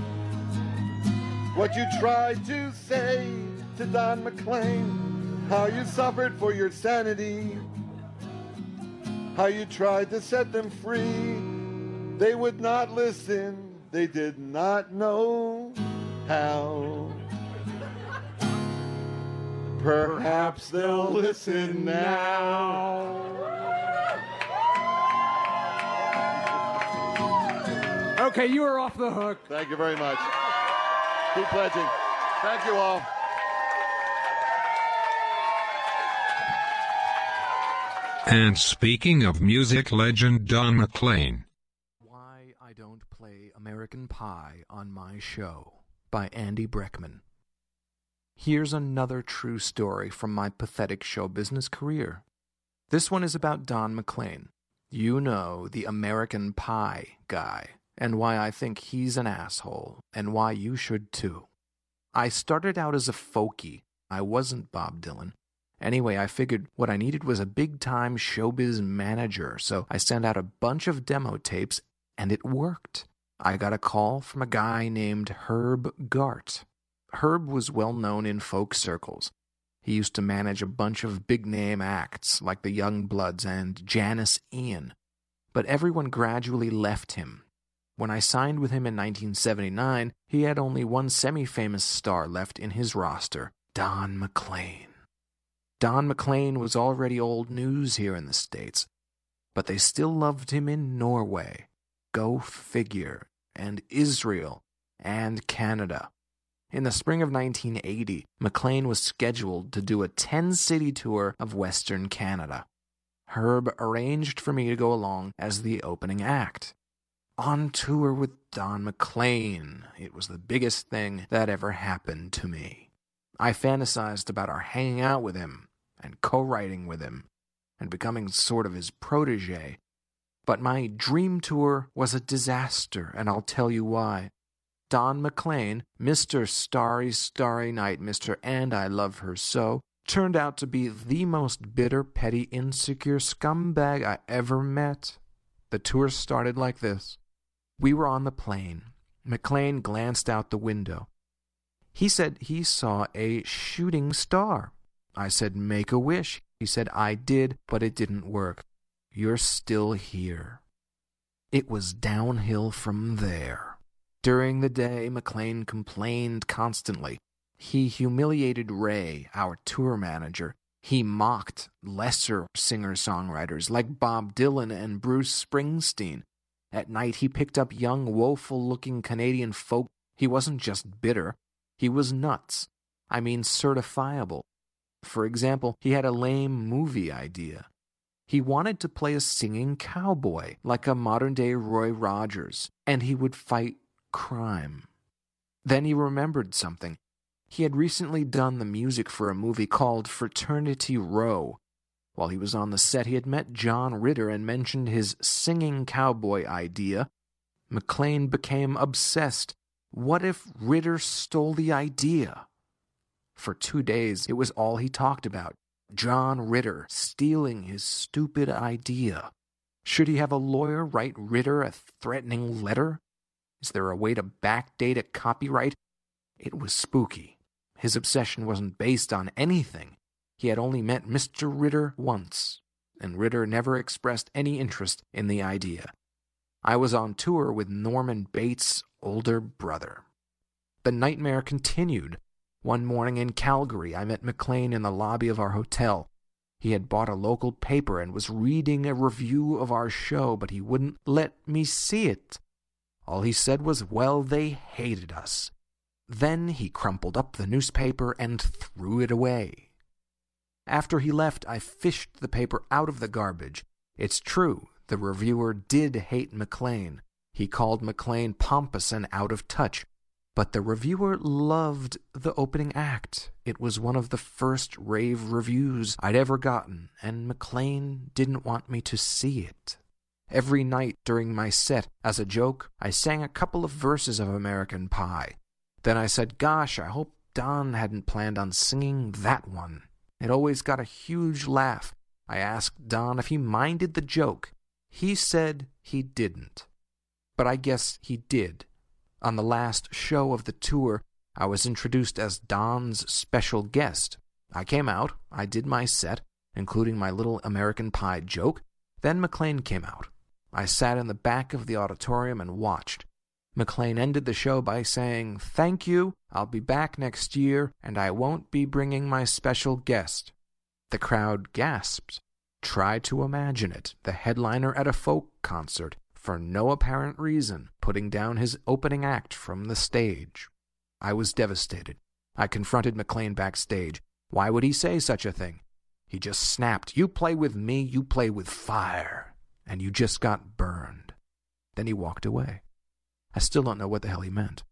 what you tried to say to Don McLean, how you suffered for your sanity, how you tried to set them free. They would not listen, they did not know how. Perhaps they'll listen now.
Okay, you are off the hook.
Thank you very much. Keep pledging. Thank you all.
And speaking of music legend Don McLean,
Why I Don't Play American Pie on My Show by Andy Breckman. Here's another true story from my pathetic show business career. This one is about Don McLean. You know, the American Pie guy, and why I think he's an asshole, and why you should too. I started out as a folkie. I wasn't Bob Dylan. Anyway, I figured what I needed was a big time showbiz manager, so I sent out a bunch of demo tapes, and it worked. I got a call from a guy named Herb Gart. Herb was well known in folk circles. He used to manage a bunch of big name acts like the Young Bloods and Janice Ian, but everyone gradually left him. When I signed with him in 1979, he had only one semi famous star left in his roster Don McLean. Don McLean was already old news here in the States, but they still loved him in Norway. Go figure. And Israel. And Canada. In the spring of 1980, McLean was scheduled to do a 10 city tour of Western Canada. Herb arranged for me to go along as the opening act. On tour with Don McLean. It was the biggest thing that ever happened to me. I fantasized about our hanging out with him and co writing with him and becoming sort of his protege. But my dream tour was a disaster, and I'll tell you why. Don McLean, Mr. Starry, Starry Night, Mr. And I Love Her So, turned out to be the most bitter, petty, insecure scumbag I ever met. The tour started like this. We were on the plane. McLean glanced out the window. He said he saw a shooting star. I said, Make a wish. He said, I did, but it didn't work. You're still here. It was downhill from there. During the day, McLean complained constantly. He humiliated Ray, our tour manager. He mocked lesser singer songwriters like Bob Dylan and Bruce Springsteen. At night, he picked up young, woeful looking Canadian folk. He wasn't just bitter, he was nuts. I mean, certifiable. For example, he had a lame movie idea. He wanted to play a singing cowboy, like a modern day Roy Rogers, and he would fight crime. Then he remembered something. He had recently done the music for a movie called Fraternity Row. While he was on the set, he had met John Ritter and mentioned his singing cowboy idea. McLean became obsessed. What if Ritter stole the idea? For two days, it was all he talked about John Ritter stealing his stupid idea. Should he have a lawyer write Ritter a threatening letter? Is there a way to backdate a copyright? It was spooky. His obsession wasn't based on anything. He had only met Mr. Ritter once, and Ritter never expressed any interest in the idea. I was on tour with Norman Bates' older brother. The nightmare continued. One morning in Calgary, I met McLean in the lobby of our hotel. He had bought a local paper and was reading a review of our show, but he wouldn't let me see it. All he said was, Well, they hated us. Then he crumpled up the newspaper and threw it away. After he left, I fished the paper out of the garbage. It's true, the reviewer did hate McLean. He called McLean pompous and out of touch. But the reviewer loved the opening act. It was one of the first rave reviews I'd ever gotten, and McLean didn't want me to see it. Every night during my set, as a joke, I sang a couple of verses of American Pie. Then I said, Gosh, I hope Don hadn't planned on singing that one. It always got a huge laugh. I asked Don if he minded the joke. He said he didn't. But I guess he did. On the last show of the tour, I was introduced as Don's special guest. I came out, I did my set, including my little American Pie joke. Then McLean came out. I sat in the back of the auditorium and watched. McLean ended the show by saying, Thank you, I'll be back next year, and I won't be bringing my special guest. The crowd gasped. Try to imagine it the headliner at a folk concert, for no apparent reason, putting down his opening act from the stage. I was devastated. I confronted McLean backstage. Why would he say such a thing? He just snapped, You play with me, you play with fire, and you just got burned. Then he walked away. I still don't know what the hell he meant.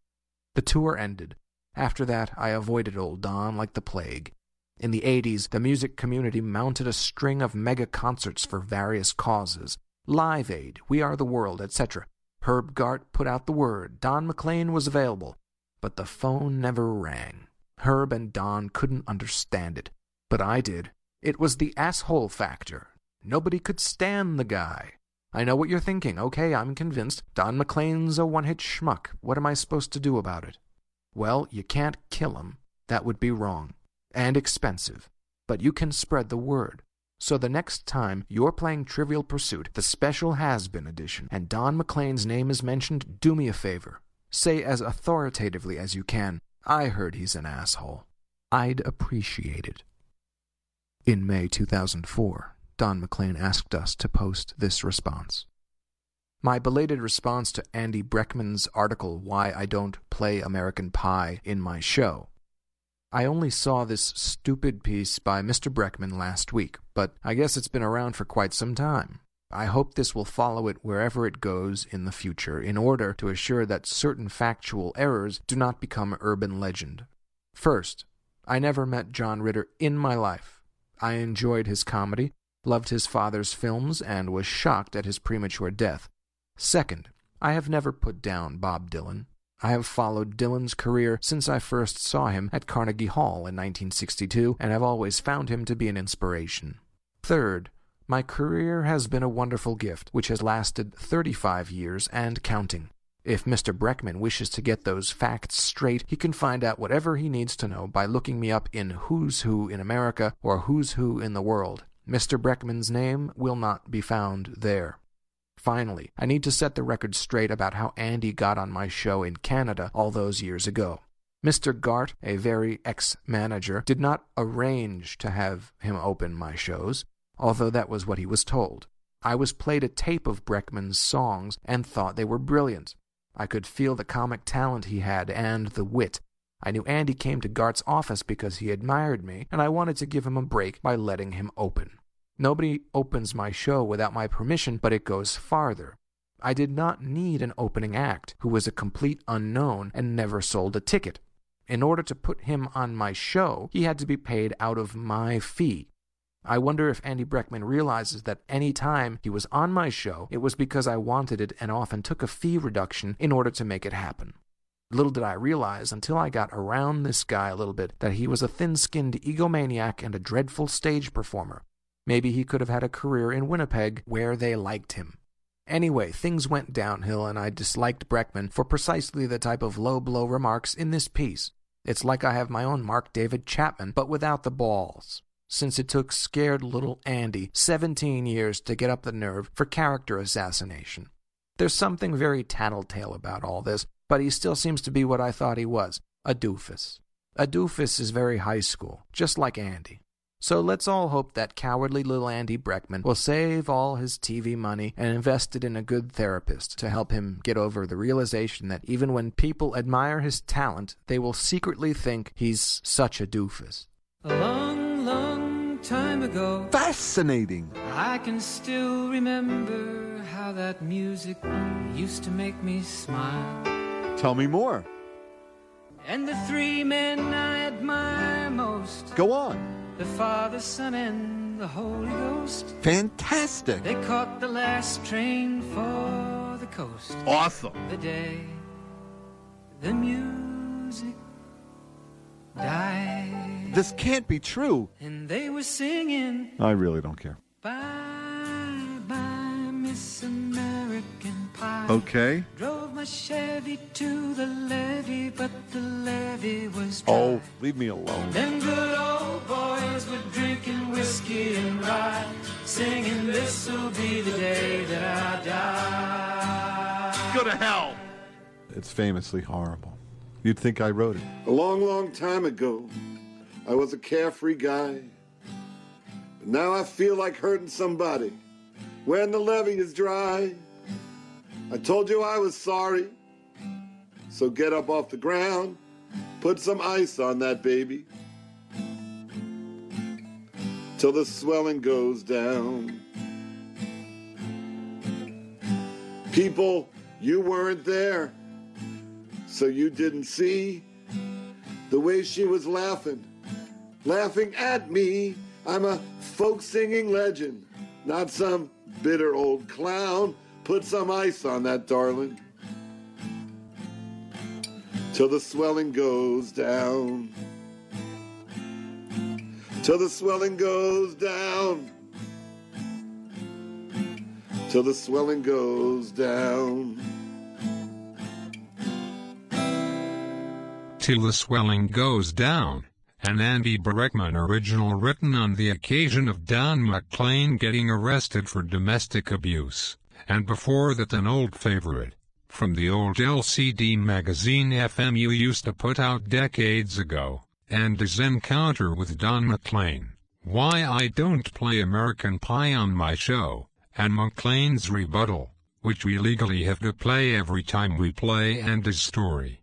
The tour ended. After that, I avoided old Don like the plague. In the 80s, the music community mounted a string of mega concerts for various causes Live Aid, We Are the World, etc. Herb Gart put out the word. Don McLean was available. But the phone never rang. Herb and Don couldn't understand it. But I did. It was the asshole factor. Nobody could stand the guy. I know what you're thinking. Okay, I'm convinced. Don McLean's a one hit schmuck. What am I supposed to do about it? Well, you can't kill him. That would be wrong and expensive. But you can spread the word. So the next time you're playing Trivial Pursuit, the special has been edition, and Don McLean's name is mentioned, do me a favor. Say as authoritatively as you can, I heard he's an asshole. I'd appreciate it. In May 2004, Don McLean asked us to post this response. My belated response to Andy Breckman's article, Why I Don't Play American Pie in My Show. I only saw this stupid piece by Mr. Breckman last week, but I guess it's been around for quite some time. I hope this will follow it wherever it goes in the future in order to assure that certain factual errors do not become urban legend. First, I never met John Ritter in my life. I enjoyed his comedy, loved his father's films, and was shocked at his premature death. Second, I have never put down Bob Dylan. I have followed Dylan's career since I first saw him at Carnegie Hall in 1962 and have always found him to be an inspiration. Third, my career has been a wonderful gift which has lasted 35 years and counting. If Mr. Breckman wishes to get those facts straight, he can find out whatever he needs to know by looking me up in Who's Who in America or Who's Who in the World. Mr. Breckman's name will not be found there. Finally, I need to set the record straight about how Andy got on my show in Canada all those years ago. Mr. Gart, a very ex manager, did not arrange to have him open my shows, although that was what he was told. I was played a tape of Breckman's songs and thought they were brilliant. I could feel the comic talent he had and the wit. I knew Andy came to Gart's office because he admired me, and I wanted to give him a break by letting him open. Nobody opens my show without my permission, but it goes farther. I did not need an opening act who was a complete unknown and never sold a ticket. In order to put him on my show, he had to be paid out of my fee. I wonder if Andy Breckman realizes that any time he was on my show, it was because I wanted it and often took a fee reduction in order to make it happen. Little did I realize until I got around this guy a little bit that he was a thin skinned egomaniac and a dreadful stage performer. Maybe he could have had a career in Winnipeg where they liked him. Anyway, things went downhill, and I disliked Breckman for precisely the type of low blow remarks in this piece. It's like I have my own Mark David Chapman, but without the balls. Since it took scared little Andy 17 years to get up the nerve for character assassination. There's something very tattletale about all this, but he still seems to be what I thought he was a doofus. A doofus is very high school, just like Andy. So let's all hope that cowardly little Andy Breckman will save all his TV money and invest it in a good therapist to help him get over the realization that even when people admire his talent, they will secretly think he's such a doofus.
A long, long time ago,
Fascinating!
I can still remember how that music used to make me smile.
Tell me more.
And the three men I admire most
Go on.
the Father, Son, and the Holy Ghost.
Fantastic.
They caught the last train for the coast.
Awesome.
The day the music died.
This can't be true.
And they were singing
I really don't care.
Bye bye, Miss American Pie.
Okay.
Drove my Chevy to the levee, but the levee was dry.
Oh, leave me alone.
Them good old boys were drinking whiskey and rye, singing, This'll be the day that I die.
Go to hell. It's famously horrible. You'd think I wrote it.
A long, long time ago, I was a carefree guy. But now I feel like hurting somebody when the levee is dry. I told you I was sorry. So get up off the ground, put some ice on that baby. Till the swelling goes down. People, you weren't there, so you didn't see the way she was laughing, laughing at me. I'm a folk singing legend, not some bitter old clown. Put some ice on that, darling, till the swelling goes down. Till the swelling goes down. Till the swelling goes down.
Till the swelling goes down. An Andy Breckman original written on the occasion of Don McLean getting arrested for domestic abuse, and before that an old favorite, from the old LCD magazine FMU used to put out decades ago, and his encounter with Don McLean, Why I Don't Play American Pie on My Show, and McLean's rebuttal, which we legally have to play every time we play Andy's story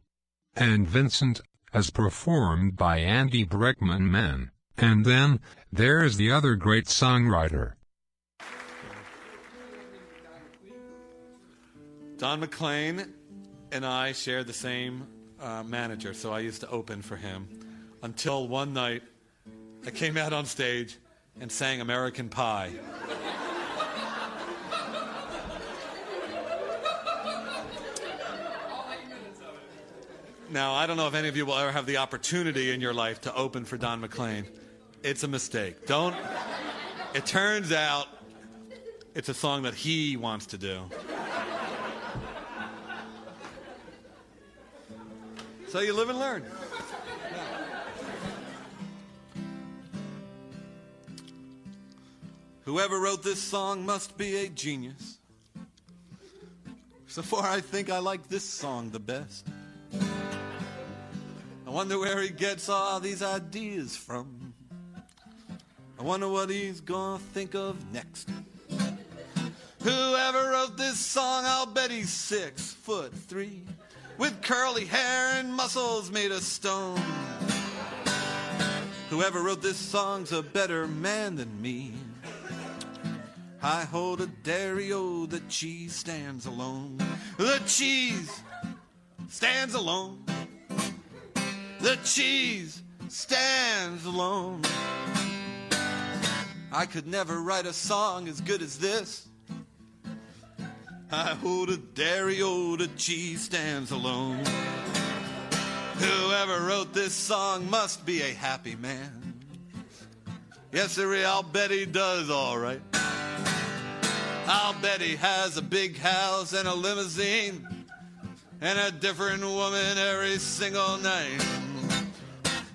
and Vincent, as performed by Andy Breckman Men. And then, there's the other great songwriter.
Don McLean and I shared the same uh, manager, so I used to open for him until one night I came out on stage and sang American Pie. Now, I don't know if any of you will ever have the opportunity in your life to open for Don McLean. It's a mistake. Don't. It turns out it's a song that he wants to do. So you live and learn. Whoever wrote this song must be a genius. So far, I think I like this song the best. I wonder where he gets all these ideas from. I wonder what he's gonna think of next. Whoever wrote this song, I'll bet he's six foot three, with curly hair and muscles made of stone. Whoever wrote this song's a better man than me. I hold a dairy, oh, the cheese stands alone. The cheese stands alone. The cheese stands alone. I could never write a song as good as this. I hold a dairy, oh, the cheese stands alone. Whoever wrote this song must be a happy man. Yes, sir, I'll bet he does all right. I'll bet he has a big house and a limousine and a different woman every single night.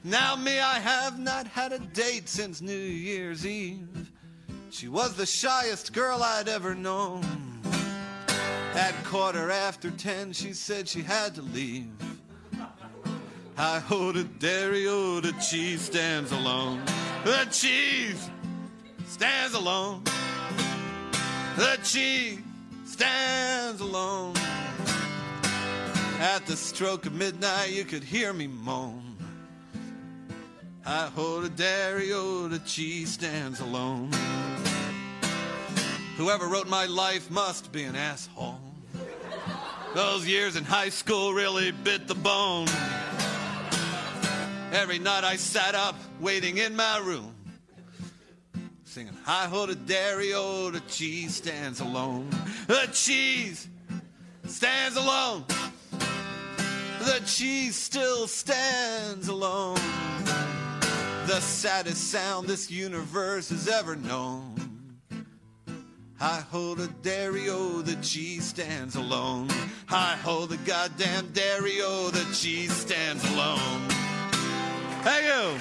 Now, me, I have not had a date since New Year's Eve. She was the shyest girl I'd ever known. At quarter after ten, she said she had to leave. I hold a dairy, oh, the cheese stands alone. The cheese stands alone. The cheese stands alone. At the stroke of midnight, you could hear me moan. I hold a dairy, oh, the cheese stands alone. Whoever wrote my life must be an asshole. Those years in high school really bit the bone. Every night I sat up waiting in my room, singing, I hold a dairy, oh, the cheese stands alone. The cheese stands alone. The cheese still stands alone. The saddest sound this universe has ever known. I hold a dairy, oh, the cheese stands alone. I hold a goddamn dairy, oh, the cheese stands alone. Thank you.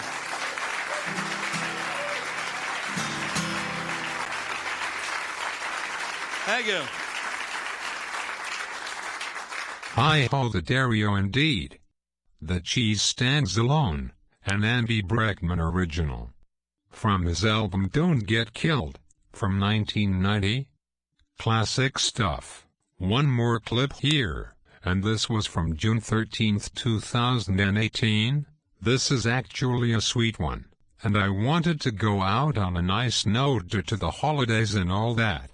Thank you.
I hold the Dario indeed. The cheese stands alone, an Andy Breckman original. From his album Don't Get Killed, from 1990. Classic stuff. One more clip here, and this was from June 13, 2018. This is actually a sweet one, and I wanted to go out on a nice note due to the holidays and all that.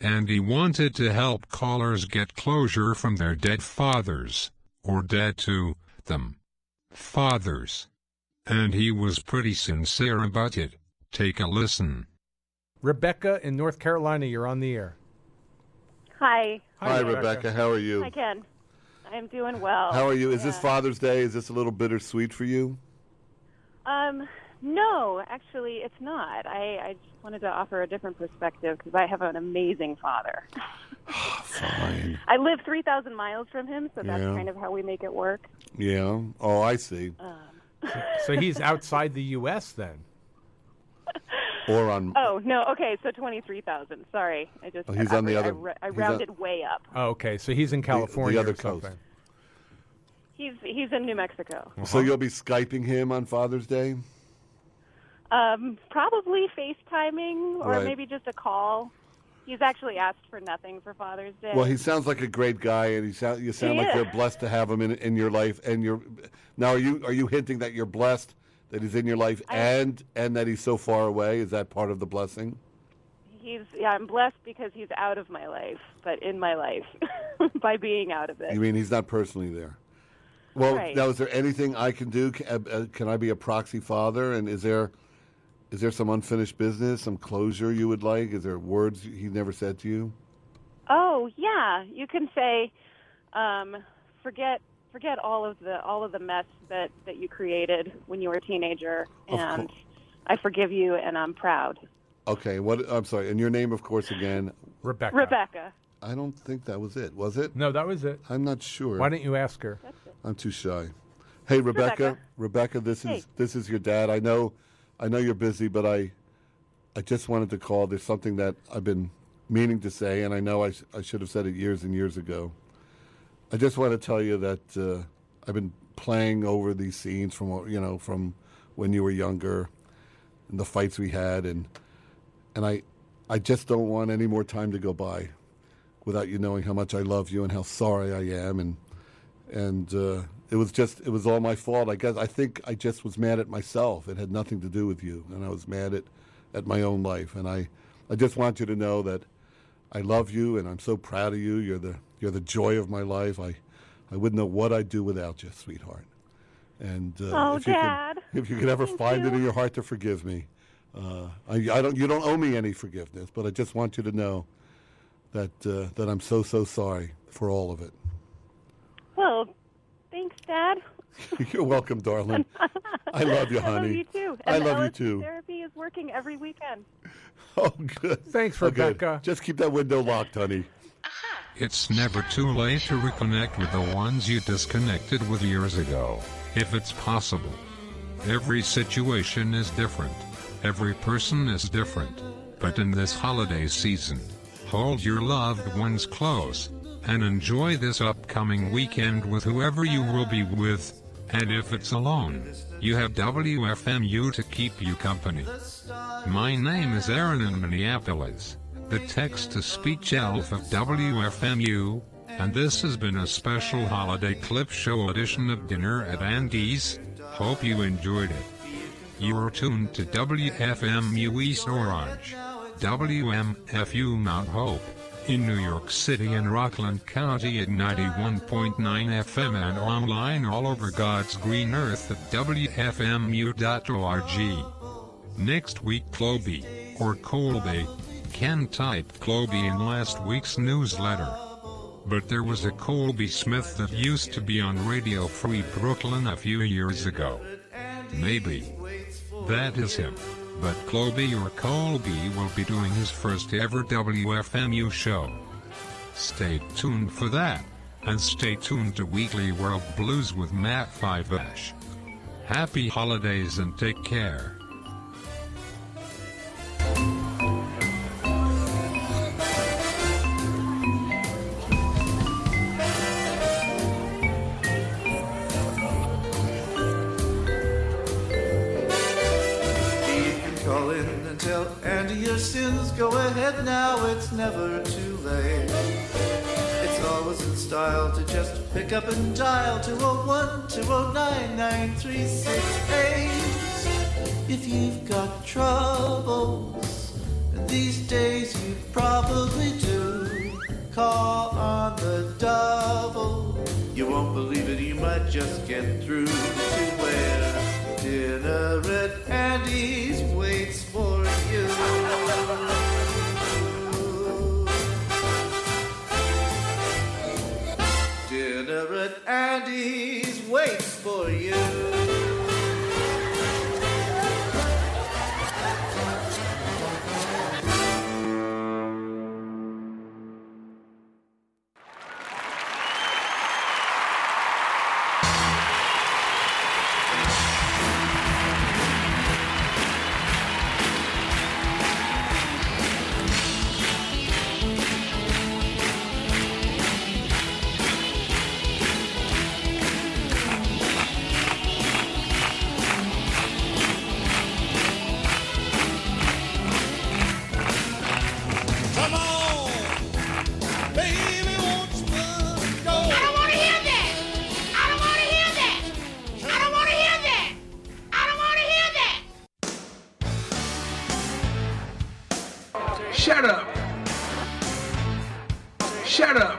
And he wanted to help callers get closure from their dead fathers, or dead to them. Fathers. And he was pretty sincere about it. Take a listen.
Rebecca in North Carolina, you're on the air.
Hi.
Hi, Hi, Rebecca. Rebecca. How are you?
Hi, Ken. I'm doing well.
How are you? Is this
Yeah.
Father's Day? Is this a little bittersweet for you?
Um, no, actually, it's not. I, I just wanted to offer a different perspective because I have an amazing father.
Fine.
I live 3,000 miles from him, so that's
Yeah.
kind of how we make it work.
Yeah. Oh, I see.
So he's outside the U.S. then?
Or on.
Oh, no. Okay, so 23,000. Sorry. I just
Oh, he's on the
I-
other-
I, ra- I
he's on-
rounded way up.
Oh, okay. So he's in California.
other
or something.
He's he's in New Mexico.
So you'll be Skyping him on Father's Day?
Um, probably FaceTiming or
Right.
maybe just a call. He's actually asked for nothing for Father's Day.
Well, he sounds like a great guy, and he sound, you sound
He
like
is.
you're blessed to have him in, in your life. And you're now are you are you hinting that you're blessed that he's in your life and and that he's so far away? Is that part of the blessing?
He's yeah, I'm blessed because he's out of my life, but in my life by being out of it.
You mean he's not personally there? Well,
Right.
now is there anything I can do? Can, uh, uh, can I be a proxy father? And is there is there some unfinished business, some closure you would like? Is there words he never said to you?
Oh yeah, you can say, um, forget forget all of the all of the mess that that you created when you were a teenager,
Of
and I forgive you, and I'm proud.
Okay, what? I'm sorry, and your name, of course, again,
Rebecca.
Rebecca.
I don't think that was it. Was it?
No, that was it.
I'm not sure.
Why don't you ask her?
I'm too shy. Hey, Rebecca.
Rebecca.
Rebecca, this
Hey.
is this is your dad. I know, I know you're busy, but I, I just wanted to call. There's something that I've been meaning to say, and I know I, sh- I should have said it years and years ago. I just want to tell you that uh, I've been playing over these scenes from what- you know from when you were younger, and the fights we had, and and I, I just don't want any more time to go by without you knowing how much I love you and how sorry I am and and uh, it was just it was all my fault. I guess I think I just was mad at myself. It had nothing to do with you, and I was mad at at my own life. And I I just want you to know that I love you, and I'm so proud of you. You're the you're the joy of my life. I I wouldn't know what I'd do without you, sweetheart. And uh,
Oh,
if you could-
Dad.
if you could ever
Thank
find it
you.
in your heart to forgive me, uh, I, I don't. You don't owe me any forgiveness, but I just want you to know that uh, that I'm so so sorry for all of it.
Well, thanks, Dad.
You're welcome, darling. I love you, honey.
I love you too.
I
And
love you
LSD
too.
Therapy is working every weekend.
Oh, good. Thanks, Rebecca. Just keep that window locked, honey.
It's never too late to reconnect with the ones you disconnected with years ago, if it's possible. Every situation is different, every person is different. But in this holiday season, hold your loved ones close and enjoy this upcoming weekend with whoever you will be with. And if it's alone, you have WFMU to keep you company. My name is Aaron in Minneapolis, the text to speech elf of WFMU, and this has been a special holiday clip show edition of Dinner at Andy's. Hope you enjoyed it. You are tuned to WFMU East Orange, WMFU Mount Hope, in New York City and Rockland County at 91.9 FM and online all over God's green earth at WFMU.org. Next week, Cloby, or Colby, Ken typed Cloby in last week's newsletter. But there was a Colby Smith that used to be on Radio Free Brooklyn a few years ago. Maybe. That is him. But Cloby or Colby will be doing his first ever WFMU show. Stay tuned for that, and stay tuned to Weekly World Blues with Matt Fivash. Happy holidays and take care.
You can call in and tell Andy your sins. Go ahead now, it's never too late. It's always in style to just pick up and dial 201 209 9368. If you've got troubles, and these days you probably do, call on the double. You won't believe it, you might just get through to where dinner at Andy's waits for you. Dinner at Andy's waits for you.
Come on, baby, won't you go?
I don't wanna hear
that. I don't want to hear that. I don't want to hear that. I don't want to hear that.
Shut up. Shut up.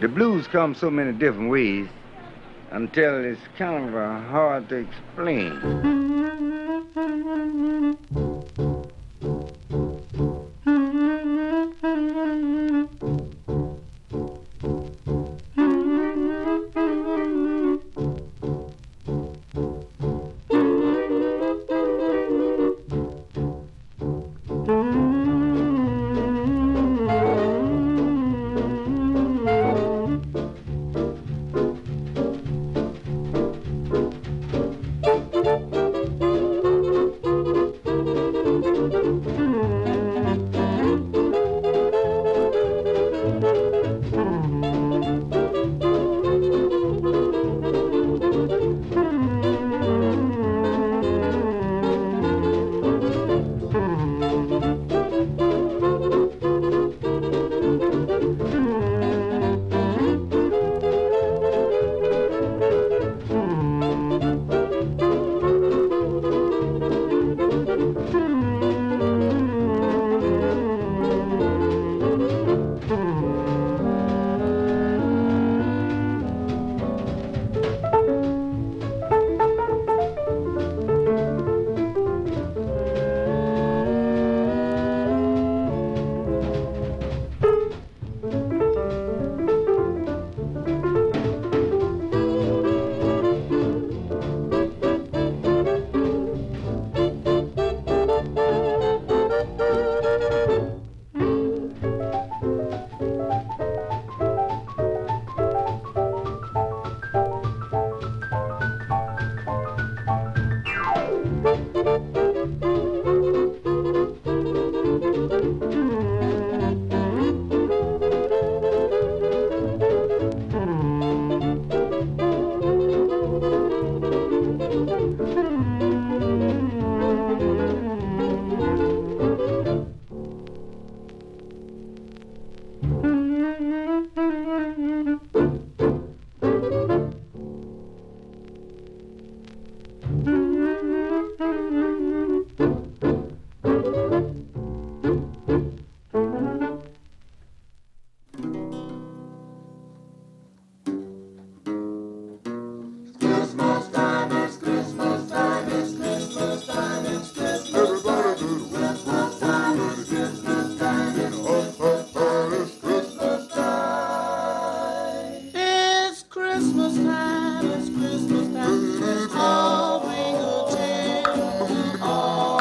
The blues come so many different ways until it's kind of uh, hard to explain.
Christmas time, it's Christmas time, it's Christmas time, it's Christmas Everybody do the Christmas time, it's Christmas time, it's Christmas time, it's Christmas time. It's Christmas time, it's Christmas time, let's all ring a tin. All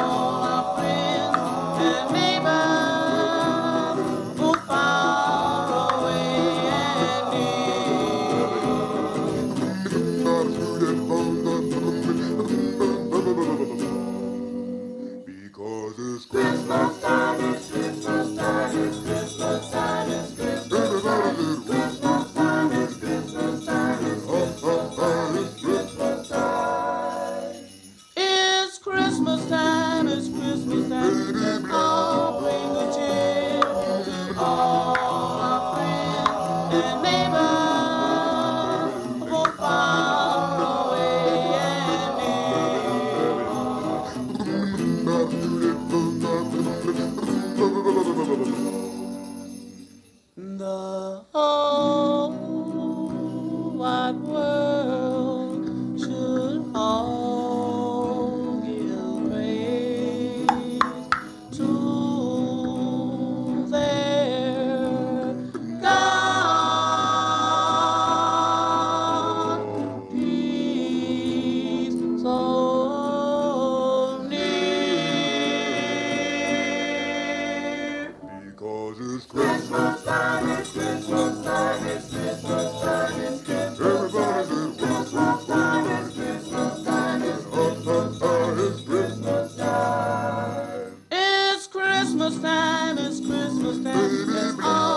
our friends and neighbors, both far away and near. Christmas time, it's Christmas time, it's Christmas time, it's Christmas time, it's Christmas time, it's Christmas time, it's Christmas time, it's Christmas time. It's Christmas time, it's Christmas time, let's all bring a cheer. All our friends and neighbors, both far away and near. The whole wide world should all give praise to their God. Peace so near. Because it's Christmas time, it's Christmas time, it's Christmas time, it's Christmas time, it's Christmas time, it's Christmas time, it's Christmas time. It's Christmas time, it's Christmas time, it's all